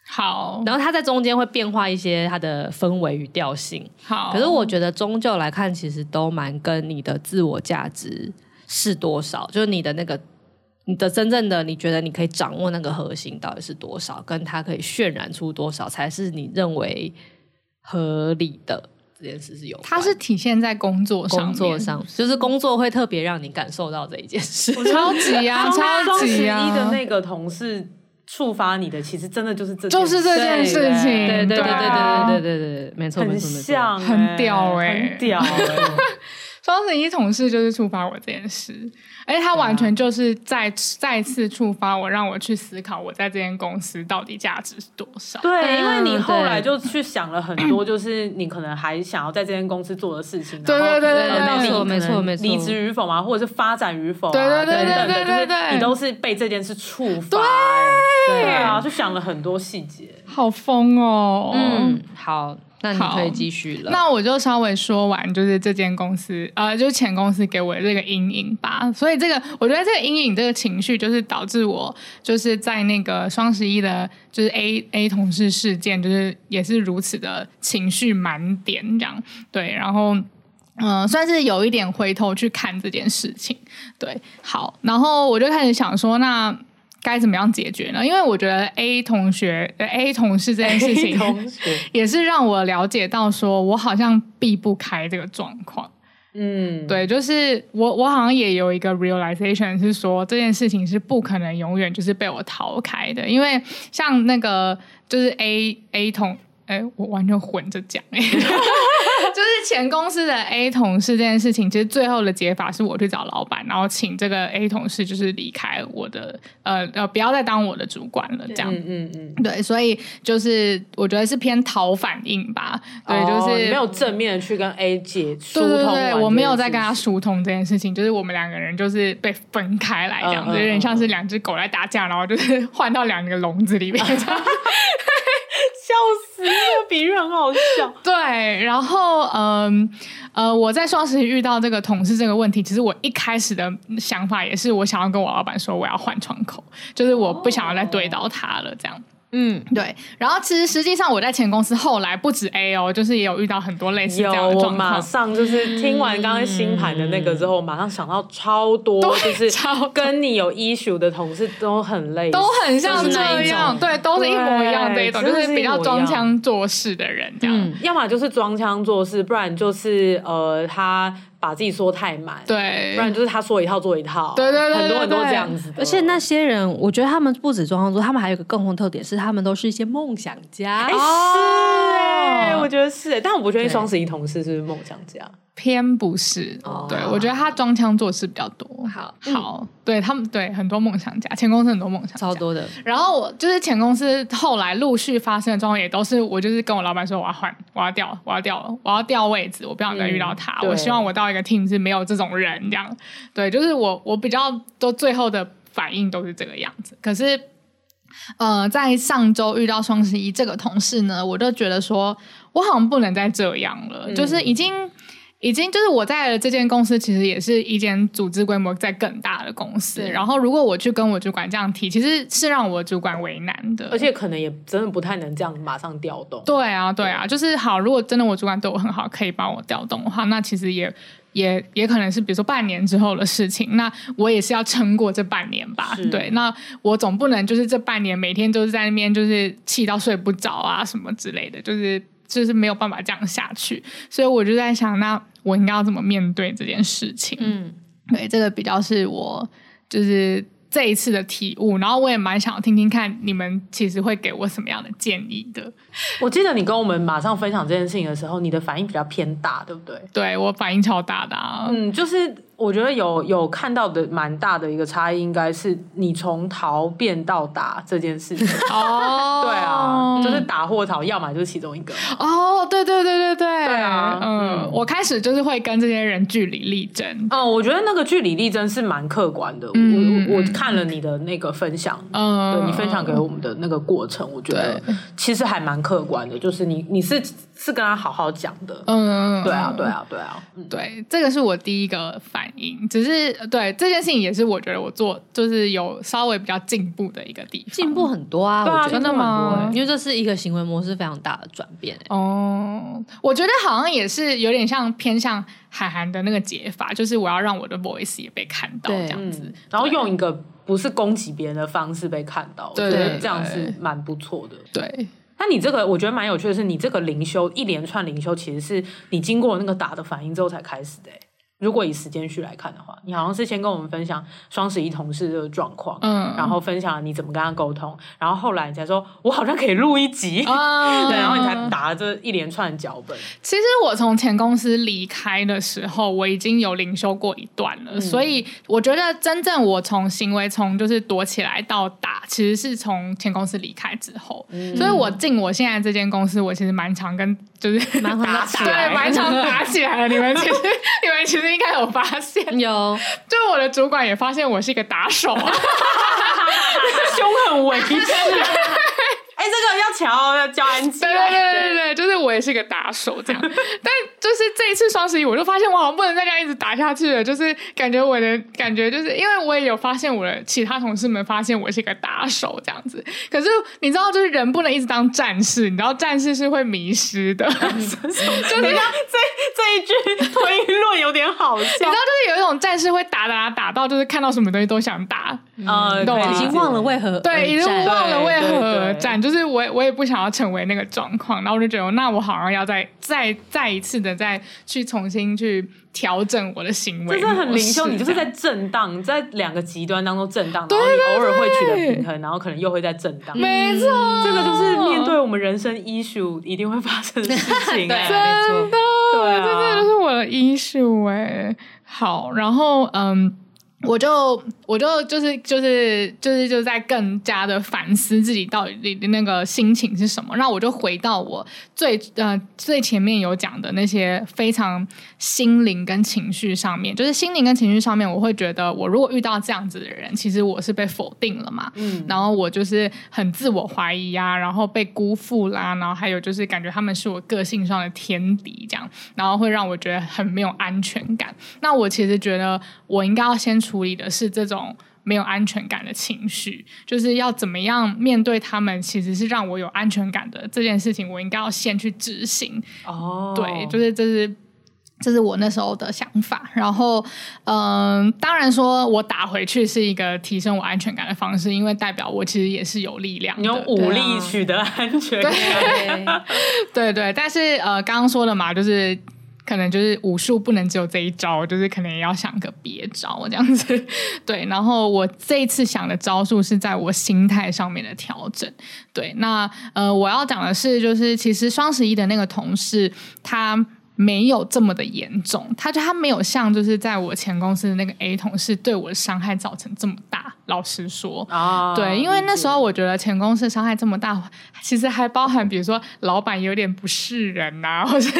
C: 好
G: 然后它在中间会变化一些它的氛围与调性，
C: 好，
G: 可是我觉得终究来看，其实都蛮跟你的自我价值是多少，就是你的那个。你的真正的，你觉得你可以掌握那个核心到底是多少，跟它可以渲染出多少，才是你认为合理的这件事是有关。
C: 它是体现在工作上面，
G: 工作上，就是工作会特别让你感受到这一件事。
C: 超级啊，
B: 双
C: 超
B: 十
C: 级
B: 一
C: 啊，
B: 的那个同事触发你的，其实真的就是这件事，
C: 就是这件事情，
G: 对对对对
C: 啊
G: 对对对对对，没错没
B: 很哎
G: 错没错。
B: 像欸、
C: 很屌欸
B: 很屌欸、
C: 双十一同事就是触发我这件事，而且他完全就是再再次触发我，让我去思考我在这间公司到底价值是多少。
B: 对，因为你
G: 嗯
B: 后来
G: 对
B: 就去想了很多，就是你可能还想要在这间公司做的事情，
C: 对
B: 然后
C: 对对
B: 呃到
C: 对
B: 底可
C: 对
G: 没错
B: 能
G: 没错没错
B: 离职与否啊，或者是发展与否啊，
C: 对对对
B: 等等的，
C: 对对对
B: 就是
C: 对
B: 你都是被这件事触发，欸对啊，就想了很多细节。
C: 好疯哦！
G: 嗯，好，那你
C: 好
G: 可以继续了。
C: 那我就稍微说完，就是这间公司，呃，就是前公司给我的这个阴影吧。所以这个，我觉得这个阴影这个情绪，就是导致我就是在那个双十一的，就是 A A 同事事件，就是也是如此的情绪满点这样。对，然后。嗯，算是有一点回头去看这件事情，对，好，然后我就开始想说，那该怎么样解决呢？因为我觉得 A 同学、呃 A 同事这件事
B: *laughs*
C: 情， *laughs*
B: 同学，
C: 也是让我了解到，说我好像避不开这个状况。
B: 嗯，
C: 对，就是我，我好像也有一个 realization 是说，这件事情是不可能永远就是被我逃开的，因为像那个就是 A A 同，哎，我完全混着讲，哎就是前公司的 A 同事这件事情，其实最后的解法是我去找老板，然后请这个 A 同事就是离开我的，呃呃，不要再当我的主管了，这样。
B: 嗯嗯嗯，
C: 对，所以就是我觉得是偏讨反应吧，对，
B: 哦
C: 就是、
B: 你没有正面的去跟 A 姐疏
C: 对
B: 通完这
C: 对
B: 件
C: 对，
B: 事情，
C: 我没有在跟他疏通这件事情，就是我们两个人就是被分开来这样子，
B: 嗯嗯
C: 有点像
B: 嗯
C: 是两只狗在打架，然后就是 *laughs* 换到两个笼子里面这样。
B: 笑死，这个比喻很好笑。
C: 对，然后嗯呃，我在双十一遇到这个同事这个问题，其实我一开始的想法也是，我想要跟我老板说我要换窗口，就是我不想要再对到他了这样。
G: 嗯，
C: 对，然后其实实际上我在前公司后来不止 A 哦，就是也有遇到很多类似这
B: 有，
C: 样的
B: 我
C: 状
B: 马
C: 况。嗯
B: 上就是听完刚刚新盘的那个之后，我马上想到超多，就是
C: 超多
B: 跟你有 issue 的同事都很累，
C: 都很像
B: 就是那
C: 这
B: 一
C: 样，
B: 种
C: 对，都是一模一样这一种，
B: 对
C: 就
B: 真的
C: 是
B: 是
C: 比
B: 一模
C: 较
B: 一样
C: 装腔作势的人这样。
G: 嗯
B: 要么就是装腔作势，不然就是呃，他把自己说太满，，
C: 对
B: 不，然就是他说一套做一套，
C: 对对对
B: 很多人都
C: 对对
B: 这样子的。哦
G: 而且那些人，我觉得他们不止装作，他们还有一个共同特点是，他们都是一些梦想家。
B: 哎是哎，我觉得是哎，但我不确定双十一同事是不是梦想家，
C: 偏不是，
G: 哦
C: 对我觉得他装腔作势比较多。
G: 好
C: 好，对他们对很多梦想家，前公司很多梦想
G: 超
C: 家。
G: 多的，
C: 然后我就是前公司后来陆续发生的状况，也都是我就是跟我老板说我要换，我要调，我要调，我要调位置，我不想再遇到他。
B: 嗯对
C: 我希望我到一个 team 是没有这种人这样。对，就是我我比较都最后的反应都是这个样子。可是，呃，在上周遇到双十一这个同事呢，我就觉得说我好像不能再这样了，就是已经。已经就是我在的这间公司，其实也是一间组织规模在更大的公司。然后，如果我去跟我主管这样提，其实是让我主管为难的。
B: 而且可能也真的不太能这样马上调动。
C: 对啊，对啊，就是好。如果真的我主管对我很好，可以帮我调动的话，那其实也也也可能是比如说半年之后的事情。那我也是要撑过这半年吧
B: 是。
C: 对，那我总不能就是这半年每天都是在那边就是气到睡不着啊什么之类的，就是就是没有办法这样下去。所以我就在想，那我应该要怎么面对这件事情？
G: 嗯，
C: 对，这个比较是我就是这一次的体悟，然后我也蛮想听听看你们其实会给我什么样的建议的。
B: 我记得你跟我们马上分享这件事情的时候，你的反应比较偏大，对不对？
C: 对我反应超大的、啊， *laughs*
B: 嗯，就是我觉得有有看到的蛮大的一个差异，应该是你从逃变到打这件事情。
C: 哦，
B: 对啊，
C: 嗯
B: 就是打或逃，要么就是其中一个。
C: 哦，对对对对对，
B: 对啊
C: 嗯，我开始就是会跟这些人据理力争，
B: 嗯，我觉得那个据理力争是蛮客观的。
C: 嗯
B: 我我我
C: 嗯嗯
B: 看了你的那个分享，
C: 嗯，
B: 对你分享给我们的那个过程，我觉得其实还蛮客观的。就是你你是是跟他好好讲的，
C: 嗯，嗯，嗯
B: 对啊，对。啊，对啊，嗯
C: 对，这个是我第一个反应，只是对这件事情也是我觉得我做就是有稍微比较进步的一个地方。
G: 进步很多啊，
B: 对啊
G: 我觉得
B: 真的吗
G: 很多欸因为这是一个行为模式非常大的转变、欸。
C: 哦，我觉得好像也是有点像偏向韩寒的那个解法，就是我要让我的 voice 也被看到
G: 对
C: 这样子
B: 嗯。，然后用一个不是攻击别人的方式被看到，我觉
C: 对
B: 得
C: 对
B: 这样
C: 对
B: 是蛮不错的。
C: 对，
B: 那你这个我觉得蛮有趣的是，你这个灵修一连串灵修其实是你经过那个打的反应之后才开始的、欸。如果以时间序来看的话，你好像是先跟我们分享双十一同事的状况，
C: 嗯
B: 然后分享了你怎么跟他沟通，然后后来你才说，我好像可以录一集，
C: 啊
B: 对，然后你才打这一连串的脚本，
C: 其实我从前公司离开的时候，我已经有灵修过一段了，所以我觉得真正我从行为从就是躲起来到打，其实是从前公司离开之后。
B: 嗯
C: 嗯所以我进我现在这间公司，我其实蛮常跟
G: *laughs*
C: 就是
G: 蛮
C: 打
G: 打
C: 起
G: 起
C: 来，
G: 来
C: 对，蛮常打起来的。你们其实 *laughs* 你们其实应该有发现，
G: 有
C: 就我的主管也发现我是一个打手啊。
B: *laughs* 凶
C: *laughs*
B: 狠为之。哎，这个要瞧，要叫安啊吉
C: 对
B: 来。
C: 对对对对，就是我也是个打手这样。但就是这一次双十一，我就发现我好像不能再这样一直打下去了，就是感觉我的感觉就是因为我也有发现我的其他同事们发现我是一个打手这样子。可是你知道，就是人不能一直当战士，你知道战士是会迷失的，就是
B: 等一下，这这一句 *laughs* 推论有点好
C: 你
B: 笑
C: 知道，。就是有一种战士会打打打打到，就是看到什么东西都想打，
B: 呃，
C: 嗯你懂吗
B: 可以理
G: 已
B: 解
G: 经忘了为何而
C: 对，已经
G: 战
C: 忘了为
B: 对
C: 何
B: 对
C: 而战，就是我也我也不想要成为那个状况，然后我就觉得，那我好像要再再再一次的再去重新去调整我的行为
B: 这
C: 模式，
B: 是很灵修，你就是
C: 这
B: 在
C: 样
B: 震荡，啊在两个极端当中震荡，然后你偶尔会取得平衡，然后可能又会在震荡。
C: 没错，
B: 这个就是面对我们人生 issue 一定会发生的事 *laughs* 情、
E: 对
B: 哎
E: 没
C: 真的，
B: 对啊
C: 这真的就是我的 issue 哎、好，然后嗯。我就我就就是就是就是就在更加的反思自己到底的那个心情是什么。那我就回到我最呃最前面有讲的那些非常心灵跟情绪上面，就是心灵跟情绪上面，我会觉得我如果遇到这样子的人，其实我是被否定了嘛。
B: 嗯，
C: 然后我就是很自我怀疑啊，然后被辜负啦，然后还有就是感觉他们是我个性上的天敌，这样，然后会让我觉得很没有安全感。那我其实觉得我应该要先处理的是这种。没有安全感的情绪，就是要怎么样面对他们，其实是让我有安全感的这件事情，我应该要先去执行，
B: 哦，
C: 对，就是这是这是我那时候的想法。然后，嗯，当然说我打回去是一个提升我安全感的方式，因为代表我其实也是有力量的，
B: 你用武力取得安全感，
C: *laughs* 对对。但是呃，刚刚说的嘛，就是。可能就是武术不能只有这一招，就是可能也要想个别招这样子。 *laughs* 对，然后我这一次想的招数是在我心态上面的调整。对，那呃，我要讲的是，就是其实双十一的那个同事他。没有这么的严重，他就他没有像就是在我前公司的那个 A 同事对我的伤害造成这么大。老实说，
B: 啊
C: 对，因为那时候我觉得前公司伤害这么大，其实还包含比如说老板有点不是人呐、 *laughs* 或是、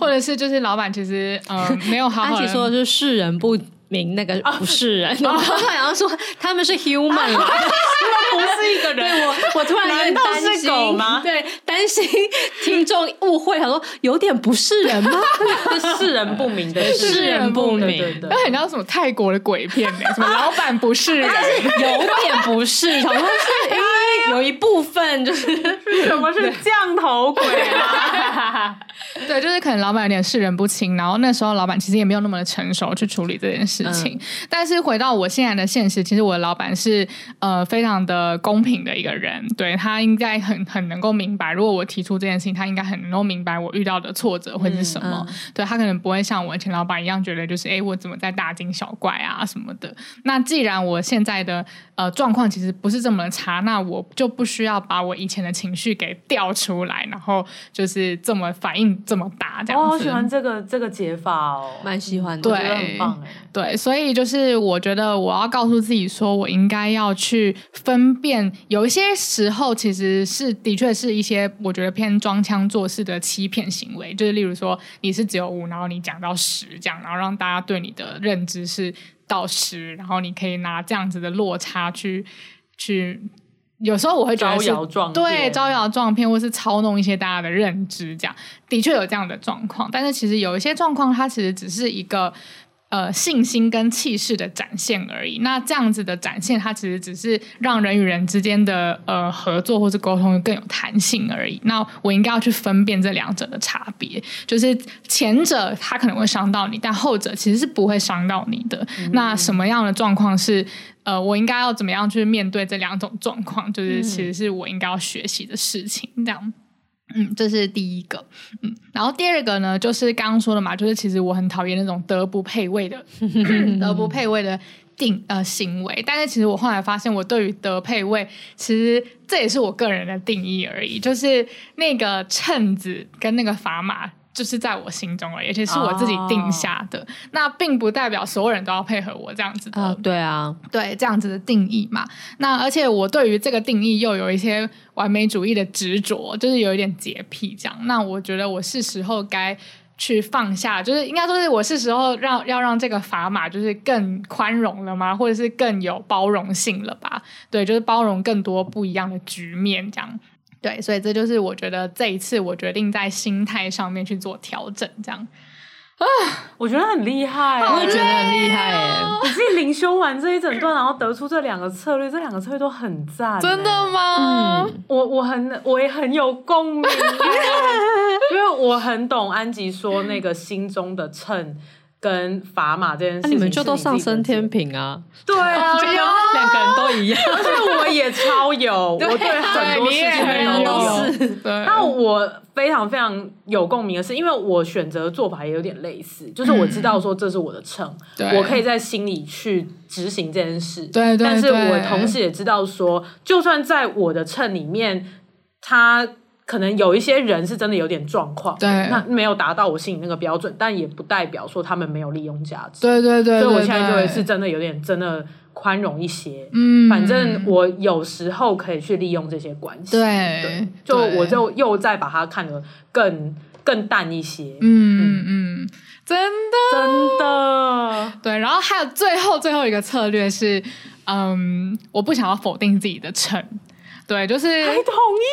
C: 或者是就是老板其实嗯、呃没有好
G: 安
C: 好
G: *laughs* 琪
C: 地
G: 说的就是世人不明那个不是人，我突然要说他们是 human 啦。
B: 不是一个人，我
G: 我突然有
B: 难
G: 点
B: 道
G: 担
B: 是
G: 心，
B: 狗吗
G: 对，担心听众误会，他说有点不是人吗？
B: *laughs* 是世人不明的事，
G: 世人不明
B: 对对对
C: 那很像什么泰国的鬼片呢、什么老板不是人，
G: *laughs* 有点不是，好像是因为有一部分就是
B: 什么是降头鬼 *laughs* 啊？
C: *laughs* 对，就是可能老板有点视人不清，然后那时候老板其实也没有那么的成熟去处理这件事情。但是回到我现在的现实，其实我的老板是呃非常的公平的一个人，对他应该很很能够明白，如果我提出这件事情，他应该很能够明白我遇到的挫折会是什么。对他可能不会像我前老板一样觉得就是哎我怎么在大惊小怪啊什么的。那既然我现在的呃状况其实不是这么差，那我就不需要把我以前的情绪给调出来，然后就是这么反应这么大这
B: 我
C: 样
B: 好
C: 子。
B: 哦喜欢这个这个解法哦，
G: 蛮喜欢的，
C: 对
B: 我觉得很棒哎。
C: 对，所以就是我觉得我要告诉自己说，我应该要去分辨，有一些时候其实是的确是一些我觉得偏装腔作势的欺骗行为，就是例如说你是只有五，然后你讲到十这样，然后让大家对你的认知是到十，然后你可以拿这样子的落差去去。有时候我会觉得是
B: 招摇撞骗
C: 对招摇撞骗，或是操弄一些大家的认知，这样的确有这样的状况。但是其实有一些状况，它其实只是一个呃信心跟气势的展现而已。那这样子的展现，它其实只是让人与人之间的呃合作或是沟通更有弹性而已。那我应该要去分辨这两者的差别，就是前者它可能会伤到你，但后者其实是不会伤到你的。
B: 嗯
C: 那什么样的状况是？呃，我应该要怎么样去面对这两种状况？就是其实是我应该要学习的事情，这样。嗯，这是第一个。嗯，然后第二个呢，就是刚刚说的嘛，就是其实我很讨厌那种德不配位的德不配位的定呃行为。但是其实我后来发现，我对于德配位，其实这也是我个人的定义而已，就是那个秤子跟那个砝码。就是在我心中而已，而且是我自己定下的。那并不代表所有人都要配合我这样子的
G: 啊，对啊，
C: 对这样子的定义嘛。那而且我对于这个定义又有一些完美主义的执着，就是有一点洁癖这样。那我觉得我是时候该。去放下，就是应该说是我是时候让要让这个砝码就是更宽容了吗？或者是更有包容性了吧？对，就是包容更多不一样的局面这样。对，所以这就是我觉得这一次我决定在心态上面去做调整，这样。
B: 我觉得很厉害，
G: 我也觉得很厉害耶、
B: 你
C: *laughs*
B: 自己灵修完这一整段，然后得出这两个策略，这两个策略都很赞，欸
C: 真的
B: 嗯
C: 吗？
B: 我我很我也很有共鸣，因为我很懂安吉说那个心中的秤跟砝码这件事
G: 那、
B: 情，
G: 啊你们就都上升天
B: 平，
G: 平啊，
B: 对啊，
G: 就两个人都一样，
B: 而且我也超
C: *laughs*
B: 有，我对很多
C: 啊你
B: 事
C: 也
B: 情
C: 很
B: 都有
C: 有。
G: 都是
C: 对，
B: 那我非常非常有共鸣的是，因为我选择的做法也有点类似，就是我知道说这是我的秤，
C: 对
B: 我可以在心里去执行这件事。
C: 对对
B: 但是
C: 对
B: 我同时也知道说，就算在我的秤里面，他可能有一些人是真的有点状况，
C: 对
B: 那没有达到我心里那个标准，但也不代表说他们没有利用价值。
C: 对对对，
B: 所以我
C: 对
B: 现在就会
C: 对
B: 是真的有点真的宽容一些。
C: 嗯
B: 反正我有时候可以去利用这些关系，
C: 对
B: 就
C: 对
B: 我就又再把它看得更更淡一些，
C: 嗯嗯，真的
B: 真的，
C: 对。然后还有最后最后一个策略是，嗯，我不想要否定自己的秤，对，就是
B: 还
C: 对，
B: 同意，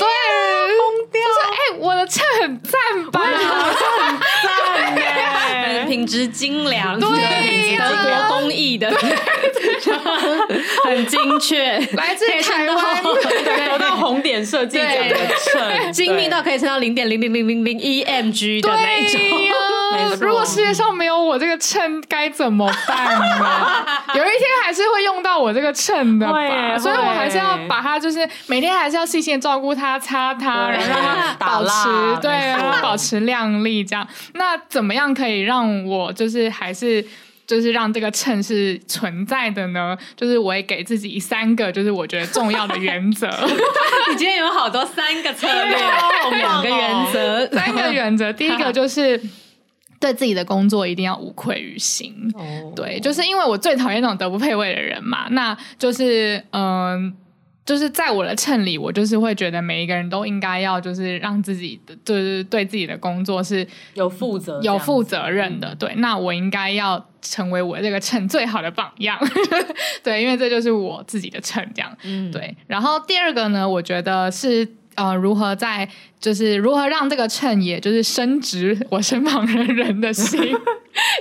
C: 疯掉，就是哎、我的秤很赞吧，
B: 赞耶
G: 品质精良，
C: 对
G: 品质
C: 呀
G: 德国工艺的，啊很精确，
C: 来自台湾，
B: 得到红点设计奖的秤，
G: 精密到可以撑到零点零零零零零 EMG 的那一种。
C: 对呀、
B: 没错
C: 如果世界上没有我这个秤，该怎么办
B: *laughs*
C: 呢？有一天还是会用到我这个秤的
B: 会耶
C: 吧，所以我
B: 会
C: 还是要把它，就是每天还是要细心的照顾它、擦它，
B: 对
C: 然后让它
B: *laughs* 打
C: 保
B: 蜡
C: 持对，
B: 没错
C: 让它保持亮丽。这样，那怎么样可以让我就是还是？就是让这个秤是存在的呢，就是我也给自己三个，就是我觉得重要的原
B: *laughs*
C: 则。
G: *laughs* 你今天有好多三个策略，
D: 啊
G: 两个原则，
C: 三个原则，第一个就是对自己的工作一定要无愧于心。
D: 哦
C: 对，就是因为我最讨厌那种德不配位的人嘛，那就是嗯。就是在我的秤里，我就是会觉得每一个人都应该要，就是让自己的，就是对自己的工作是
B: 有负责，
C: 有负责任的。对，那我应该要成为我这个秤最好的榜样。 *laughs* 对，因为这就是我自己的秤，这样。
G: 嗯，
C: 对，然后第二个呢，我觉得是呃，如何在就是如何让这个秤，也就是升值我身旁的人的
B: *laughs*
C: 心，你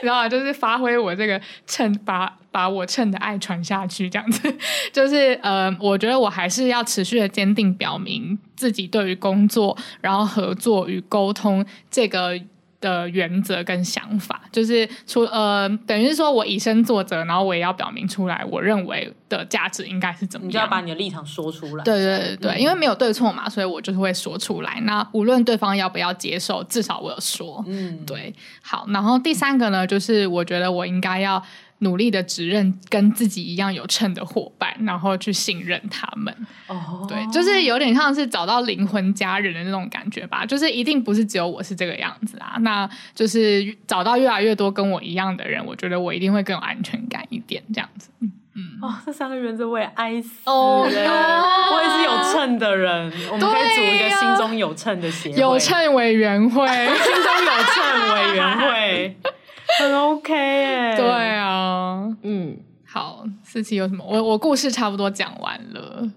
C: 知道吗？就是发挥我这个秤，把把我秤的爱传下去，这样子。 *laughs* 就是呃，我觉得我还是要持续的坚定表明自己对于工作，然后合作与沟通这个。的原则跟想法，就是除呃，等于是说我以身作则，然后我也要表明出来，我认为的价值应该是怎么
B: 你
C: 样。
B: 就要把你的立场说出来，
C: 对对对
B: 嗯
C: 对，因为没有对错嘛，所以我就是会说出来。那无论对方要不要接受，至少我有说。
B: 嗯，
C: 对，好，然后第三个呢，就是我觉得我应该要努力的指认跟自己一样有秤的伙伴，然后去信任他们。
B: 哦，
C: 对，就是有点像是找到灵魂家人的那种感觉吧，就是一定不是只有我是这个样子啊，那就是找到越来越多跟我一样的人，我觉得我一定会更有安全感一点，这样子。
B: 哦，这三个原则我也爱死
C: 哦
B: 了
C: 呀
B: 我也是有秤的人，我们可以组一个心中有秤的协会，
C: 有秤委员会，
B: *laughs* 心中有秤委员会，很 OK 哎、
C: 对啊，
G: 嗯
C: 好，四期有什么？我我故事差不多讲完了。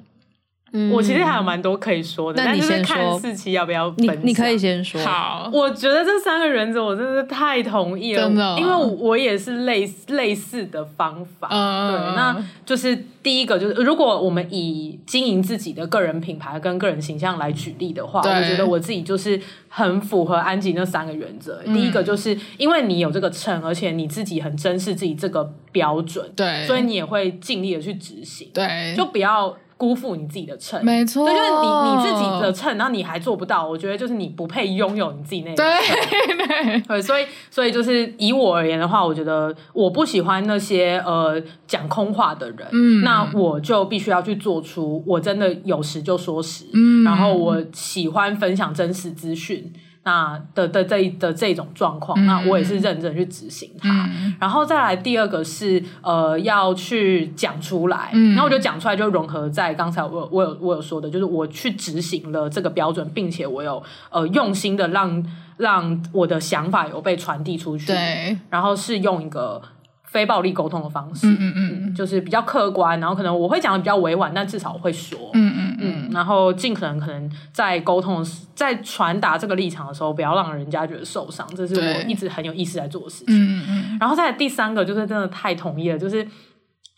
G: 嗯
B: 我其实还有蛮多可以说的，
G: 那
B: 但
G: 你
B: 就是
G: 先
B: 看
G: 说
B: 四期要不要分
G: 你
B: 享
G: 你可以。先说，
C: 好，
B: 我觉得这三个原则我真的是太同意了，
C: 真的哦
B: 因为我也是类似类似的方法。
C: 嗯
B: 对，那就是第一个就是，如果我们以经营自己的个人品牌跟个人形象来举例的话，
C: 对
B: 我觉得我自己就是很符合安吉那三个原则。
C: 嗯
B: 第一个就是因为你有这个秤，而且你自己很珍视自己这个标准，
C: 对，
B: 所以你也会尽力的去执行。
C: 对，
B: 就不要辜负你自己的秤。
C: 没错，
B: 对，就是你你自己的秤，然后你还做不到，我觉得就是你不配拥有你自己那个
C: 对对，
B: 对，所以所以就是以我而言的话，我觉得我不喜欢那些呃讲空话的人，
C: 嗯
B: 那我就必须要去做出我真的有时就说实，
C: 嗯
B: 然后我喜欢分享真实资讯。那的的这一的这种状况，
C: 嗯
B: 那我也是认真去执行它。
C: 嗯
B: 然后再来第二个是呃要去讲出来，
C: 嗯
B: 然后我就讲出来就融合在刚才我有我有我有说的，就是我去执行了这个标准，并且我有呃用心的让让我的想法有被传递出去，，
C: 对，
B: 然后是用一个非暴力沟通的方式，
C: 嗯嗯嗯
B: 就是比较客观，然后可能我会讲的比较委婉，但至少我会说，
C: 嗯嗯
B: 嗯，然后尽可能可能在沟通的时、在传达这个立场的时候，不要让人家觉得受伤，这是
C: 对
B: 我一直很有意识在做的事情。
C: 嗯嗯
B: 然后再来第三个就是真的太同意了，就是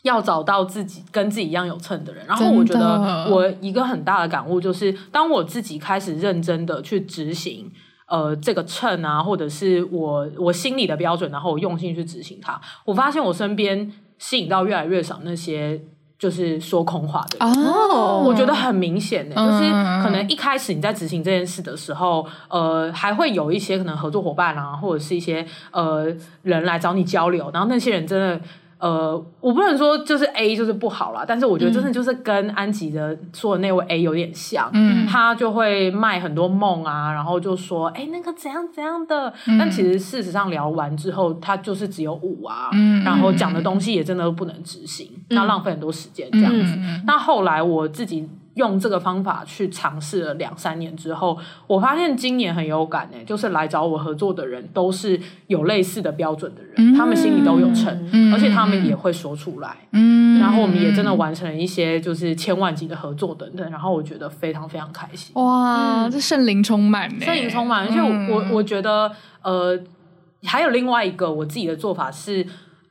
B: 要找到自己跟自己一样有秤的人。然后我觉
C: 真
B: 得
C: 的
B: 我一个很大的感悟就是，当我自己开始认真的去执行。呃，这个秤啊，或者是我我心里的标准，然后我用心去执行它，我发现我身边吸引到越来越少那些就是说空话的人。
C: 哦
B: 我觉得很明显的、
C: 嗯
B: 就是可能一开始你在执行这件事的时候，呃，还会有一些可能合作伙伴啊，或者是一些呃人来找你交流，然后那些人真的。呃，我不能说就是 A 就是不好啦，但是我觉得真的就是跟安吉的说的那位 A 有点像，
C: 嗯
B: 他就会卖很多梦啊，然后就说，哎、那个怎样怎样的，
C: 嗯
B: 但其实事实上聊完之后，他就是只有五啊，
C: 嗯
B: 然后讲的东西也真的不能执行，那浪费很多时间这样子。
C: 嗯
B: 那后来我自己用这个方法去尝试了两三年之后，我发现今年很有感诶、欸就是来找我合作的人都是有类似的标准的人，
C: 嗯
B: 他们心里都有秤，
C: 嗯
B: 而且他们也会说出来。
C: 嗯
B: 然后我们也真的完成了一些就是千万级的合作等等，然后我觉得非常非常开心。
C: 哇，这圣灵充满呢，嗯
B: 摄影嗯充满，而且我、我我觉得呃，还有另外一个我自己的做法是，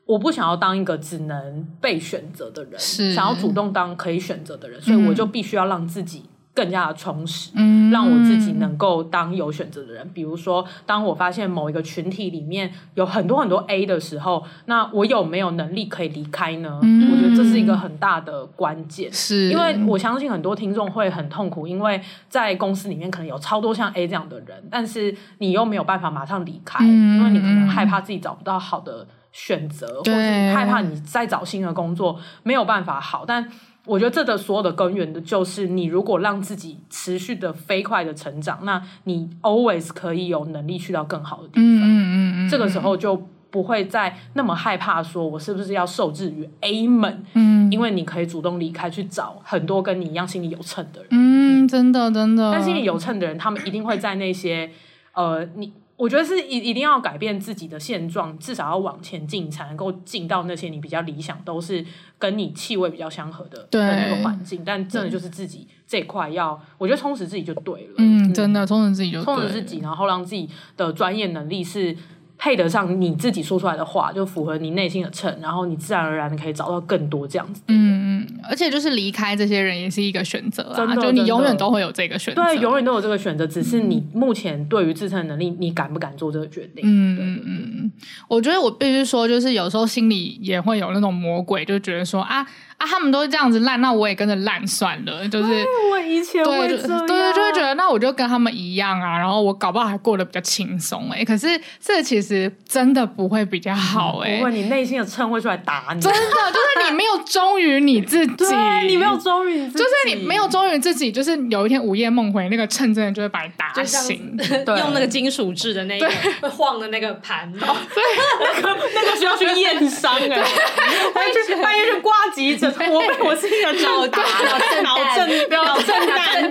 B: 我不想要当一个只能被选择的人，
C: 是
B: 想要主动当可以选择的人，所以我就必须要让自己更加的充实。
C: 嗯
B: 让我自己能够当有选择的人，比如说，当我发现某一个群体里面有很多很多 A 的时候，那我有没有能力可以离开呢？
C: 嗯
B: 我觉得这是一个很大的关键。
C: 是
B: 因为我相信很多听众会很痛苦，因为在公司里面可能有超多像 A 这样的人，但是你又没有办法马上离开，
C: 嗯
B: 因为你可能害怕自己找不到好的选择，或
C: 对
B: 是害怕你再找新的工作没有办法好。但我觉得这的所有的根源的就是，你如果让自己持续的飞快的成长，那你 always 可以有能力去到更好的地方。
C: 嗯嗯嗯嗯，
B: 这个时候就不会再那么害怕，说我是不是要受制于 A 们？
C: 嗯
B: 因为你可以主动离开去找很多跟你一样心里有秤的人，
C: 嗯真的真的，
B: 但心里有秤的人，他们一定会在那些呃，你我觉得是一一定要改变自己的现状，至少要往前进，才能够进到那些你比较理想，都是跟你气味比较相合的
C: 对
B: 的那个环境。但真的就是自己这一块要，我觉得充实自己就对了。
C: 嗯真的充实自己就
B: 充
C: 对
B: 实自己，然后让自己的专业能力是配得上你自己说出来的话，就符合你内心的秤，然后你自然而然可以找到更多这样子。
C: 嗯嗯，而且就是离开这些人也是一个选择
B: 真
C: 啊，
B: 的
C: 就你
B: 真的
C: 永远都会有这个选择，
B: 对，永远都有这个选择，只是你目前对于自身的能力，你敢不敢做这个决定？
C: 嗯
B: 对
C: 嗯，嗯嗯，我觉得我必须说，就是有时候心里也会有那种魔鬼，就觉得说啊啊，他们都这样子烂，那我也跟着烂算了，就是。
B: 我以前
C: 对，
B: 会
C: 就
B: 这
C: 对
B: 样，
C: 对，就会觉得那我就跟他们一样啊，然后我搞不好还过得比较轻松哎。可是这其实真的不会比较好哎、
B: 嗯不会，你内心的秤会出来打你，
C: *laughs* 真的就是你没有忠于你自己，
B: 对你没有，忠于你自己，
C: 就是你没有忠于自己，就是有一天午夜梦回，那个秤真的就会把你打
D: 就像 *laughs*
C: 醒。
B: 对
D: 用那个金属制的那个会晃的那个盘， *laughs*
B: 那个 *laughs* 需要去验伤哎，半夜去半夜去挂急诊，我被我自己的脑
C: *laughs*
B: 打脑震脑震荡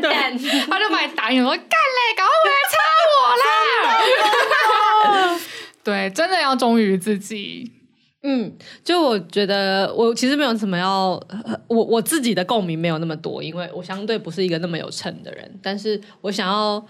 B: 对。
C: 他就把你打晕，我说干嘞，赶快回来插我啦！对，真的要忠于自己。
G: 嗯，就我觉得我其实没有什么要， *laughs* 呃我我自己的共鸣没有那么多，因为我相对不是一个那么有秤的人，但是我想要。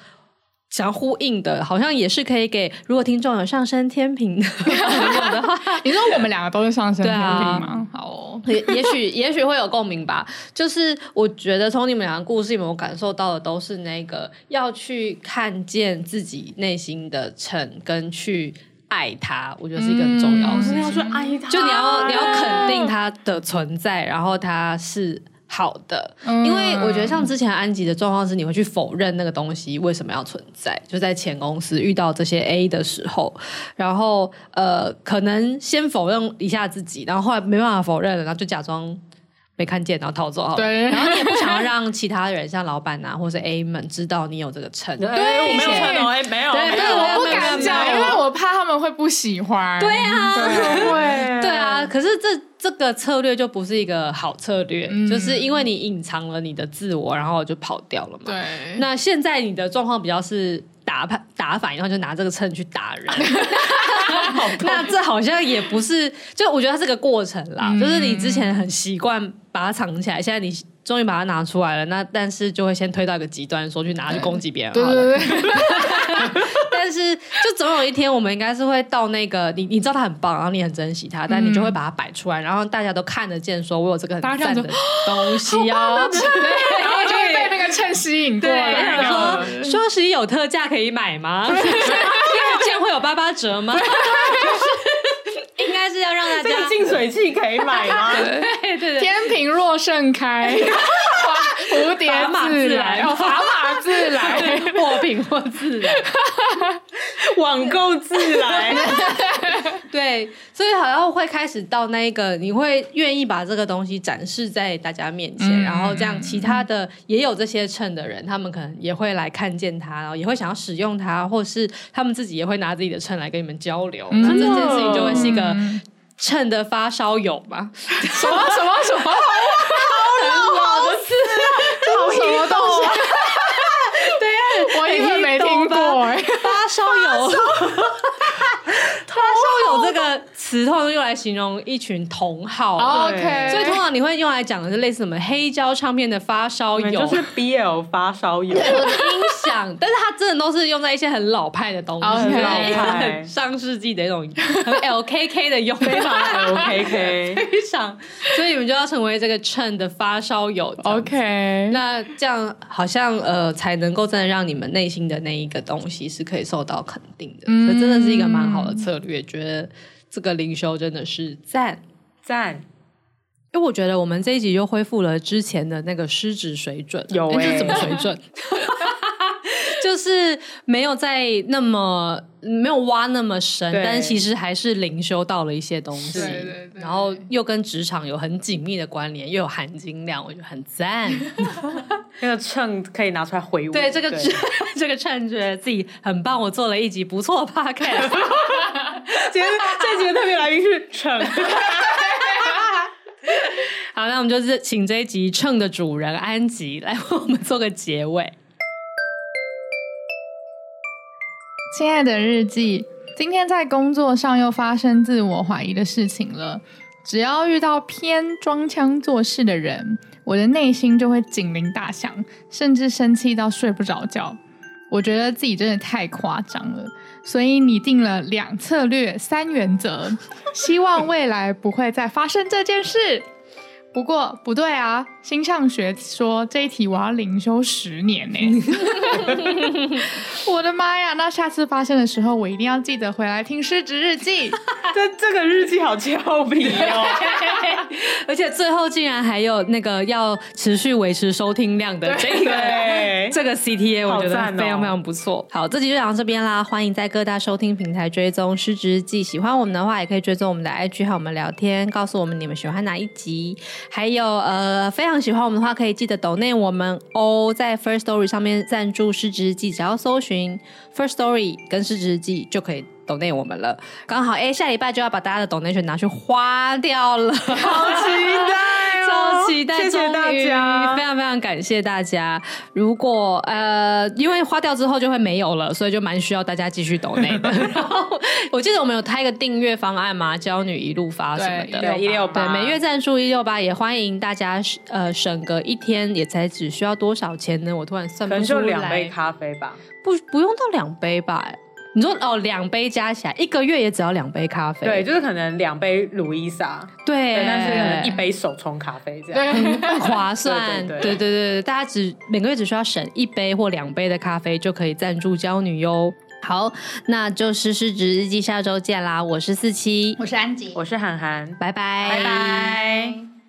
G: 想要呼应的，好像也是可以给如果听众有上升天平的 *laughs* 朋友的话，
C: 你说我们两个都是上升
G: 对
C: 天平
G: 啊
C: 吗？好哦，
G: *laughs* 也也许也许会有共鸣吧。就是我觉得从你们两个故事里面，我感受到的都是那个要去看见自己内心的秤，跟去爱它，我觉得是一个很重要的
B: 我
G: 事
B: 真
G: 情。
B: 嗯的要去爱他，
G: 就你要你要肯定它的存在，然后它是好的，
C: 嗯
G: 因为我觉得像之前安吉的状况是，你会去否认那个东西为什么要存在，就在前公司遇到这些 A 的时候，然后呃，可能先否认一下自己，然后后来没办法否认了，然后就假装。没看见，然后逃走好了。
C: 对
G: 然后你也不想要让其他人，像老板啊，或是 A 们知道你有这个秤。
B: 对，我没有穿哦，哎，没有，
G: 对
B: 没
C: 对，
B: 有，
C: 我 *laughs* 不
G: 没有没有
C: 敢
G: 没
C: 讲，
G: 有
C: 因为我怕他们会不喜欢。对啊，对
G: 对啊，可是这这个策略就不是一个好策略，
C: 嗯
G: 就是因为你隐藏了你的自我，然后就跑掉了嘛。
C: 对，
G: 那现在你的状况比较是打反打反，然后就拿这个秤去
C: *laughs*
G: 打人。 *laughs* 那这好像也不是，就我觉得它是个过程啦，
C: 嗯
G: 就是你之前很习惯把它藏起来，现在你终于把它拿出来了，那但是就会先推到一个极端，说去拿去攻击别人好
C: 对对
G: 了。*laughs*
C: 对对，
G: 但是就总有一天，我们应该是会到那个你你知道他很棒，然后你很珍惜他，但你就会把它摆出来，然后大家都看得见，说我有这个很
C: 嗯大家
G: 赞
C: 看
G: 的
C: 着
G: 东
C: *laughs*
G: 西
C: 啊
G: 哦。
C: 然后就会被那个秤吸引过
G: 我
C: 来。
G: 想
C: 然后
G: 说双十一有特价可以买 *laughs* 吗？第二件会有八八折吗？应该是要让大
B: 这个
G: 家。
B: 净水器可以买
C: *laughs*
B: 吗？
G: 对对对，
C: 天平若盛开，花蝴蝶
G: 砝码
C: 自
G: 自
C: 来，
G: 来
C: 哦，砝码自来。
G: 货品或自然，
B: 网购自
C: *laughs*
B: 来，
G: 对，所以好像会开始到那一个，你会愿意把这个东西展示在大家面前，
C: 嗯
G: 然后这样其他的也有这些秤的人，他们可能也会来看见它，然后也会想要使用它，或是他们自己也会拿自己的秤来跟你们交流，那这件事情就会是一个秤的发烧友吧。
C: 什么什么什么，好老什么东西？对，我一个没听过哎。
G: 发烧 *laughs* 友，发烧友这个词通常用来形容一群同好。
C: OK，
G: 哦所以通常你会用来讲的是类似什么黑胶唱片的发烧
B: 你们
G: 友，
B: 就是 BL 发烧
G: *laughs*
B: 友，
G: 有的音响，但是它真的都是用在一些很老派的东西，
C: OK
G: 就是一个
B: 老派
G: 很 *laughs* 上世纪的一 *laughs* 种很 LKK 的用
B: 非常
G: 法。
B: LKK，
G: 非常，所以你们就要成为这个秤的发烧友。这样子
C: OK，
G: 那这样好像呃，才能够真的让你们内心的那一个东西是可以受到肯定的。
C: 嗯
G: 这真的是一个蛮好的策略，觉得这个灵修真的是赞。
B: 赞，
G: 因为我觉得我们这一集又恢复了之前的那个失职水准，
B: 有
G: 诶这
B: 欸
G: 怎么水 *laughs* 准？就是没有在那么没有挖那么深，
B: 对
G: 但其实还是灵修到了一些东西，
C: 对对对
G: 然后又跟职场有很紧密的关联，又有含金量，我觉得很赞。
B: 那个秤可以拿出来回我，
G: 对这个 *laughs* 这个趁着自己很棒，我做了一集不错的 podcast，
B: 今天这集的特别来宾是秤， *laughs*
G: 好，那我们就是请这一集秤的主人安吉来为我们做个结尾。
C: 亲爱的日记，今天在工作上又发生自我怀疑的事情了。只要遇到偏装腔作势的人，我的内心就会警铃大响，甚至生气到睡不着觉。我觉得自己真的太夸张了，所以拟定了两策略三原则，希望未来不会再发生这件事。不过不对啊，新上学说这一题我要灵修十年呢、我的妈呀！那下次发生的时候，我一定要记得回来听《失职日记》。
B: 这这个日记好俏皮
G: *laughs*
B: 哦，
G: 而且最后竟然还有那个要持续维持收听量的这个。
B: 对，
G: 这个 CTA 我觉得
B: 好赞哦
G: 非常非常不错。好，这集就讲到这边啦，欢迎在各大收听平台追踪《失职日记》。喜欢我们的话，也可以追踪我们的 IG 和我们聊天，告诉我们你们喜欢哪一集。还有呃，非常喜欢我们的话，可以记得抖内我们哦，在 First Story 上面赞助《失职日记》，只要搜寻 First Story 跟《失职日记》就可以。抖内我们了，刚好哎、下礼拜就要把大家的抖内全拿去花掉了，
B: 好期待哦，
G: 超期待，
B: 谢谢大
G: 终于非
B: 家，
G: 常非常感谢大家。如果呃，因为花掉之后就会没有了，所以就蛮需要大家继续抖内
B: *laughs*
G: 的。然后我记得我们有开一个订阅方案嘛，娇女一路啊发什么的，
B: 对一六
G: 对
B: 八，
G: 每月赞助一六八，也欢迎大家呃省个一天，也才只需要多少钱呢？我突然算
B: 可
G: 不
B: 能
G: 出
B: 就
G: 来，
B: 两杯咖啡吧，
G: 不不用到两杯吧？你说哦，两杯加起来一个月也只要两杯咖啡，
B: 对，就是可能两杯鲁伊莎，
G: 对
B: 对，但是可能一杯手冲咖啡这样。
C: 对，
G: 很划算，
B: 对
G: 对
B: 对
G: 对对对，大家只每个月只需要省一杯或两杯的咖啡就可以赞助娇女哟。好，那就是失职日记，下周见啦！我是四七，
F: 我是安吉，
B: 我是涵涵，
G: 拜拜，
B: 拜拜。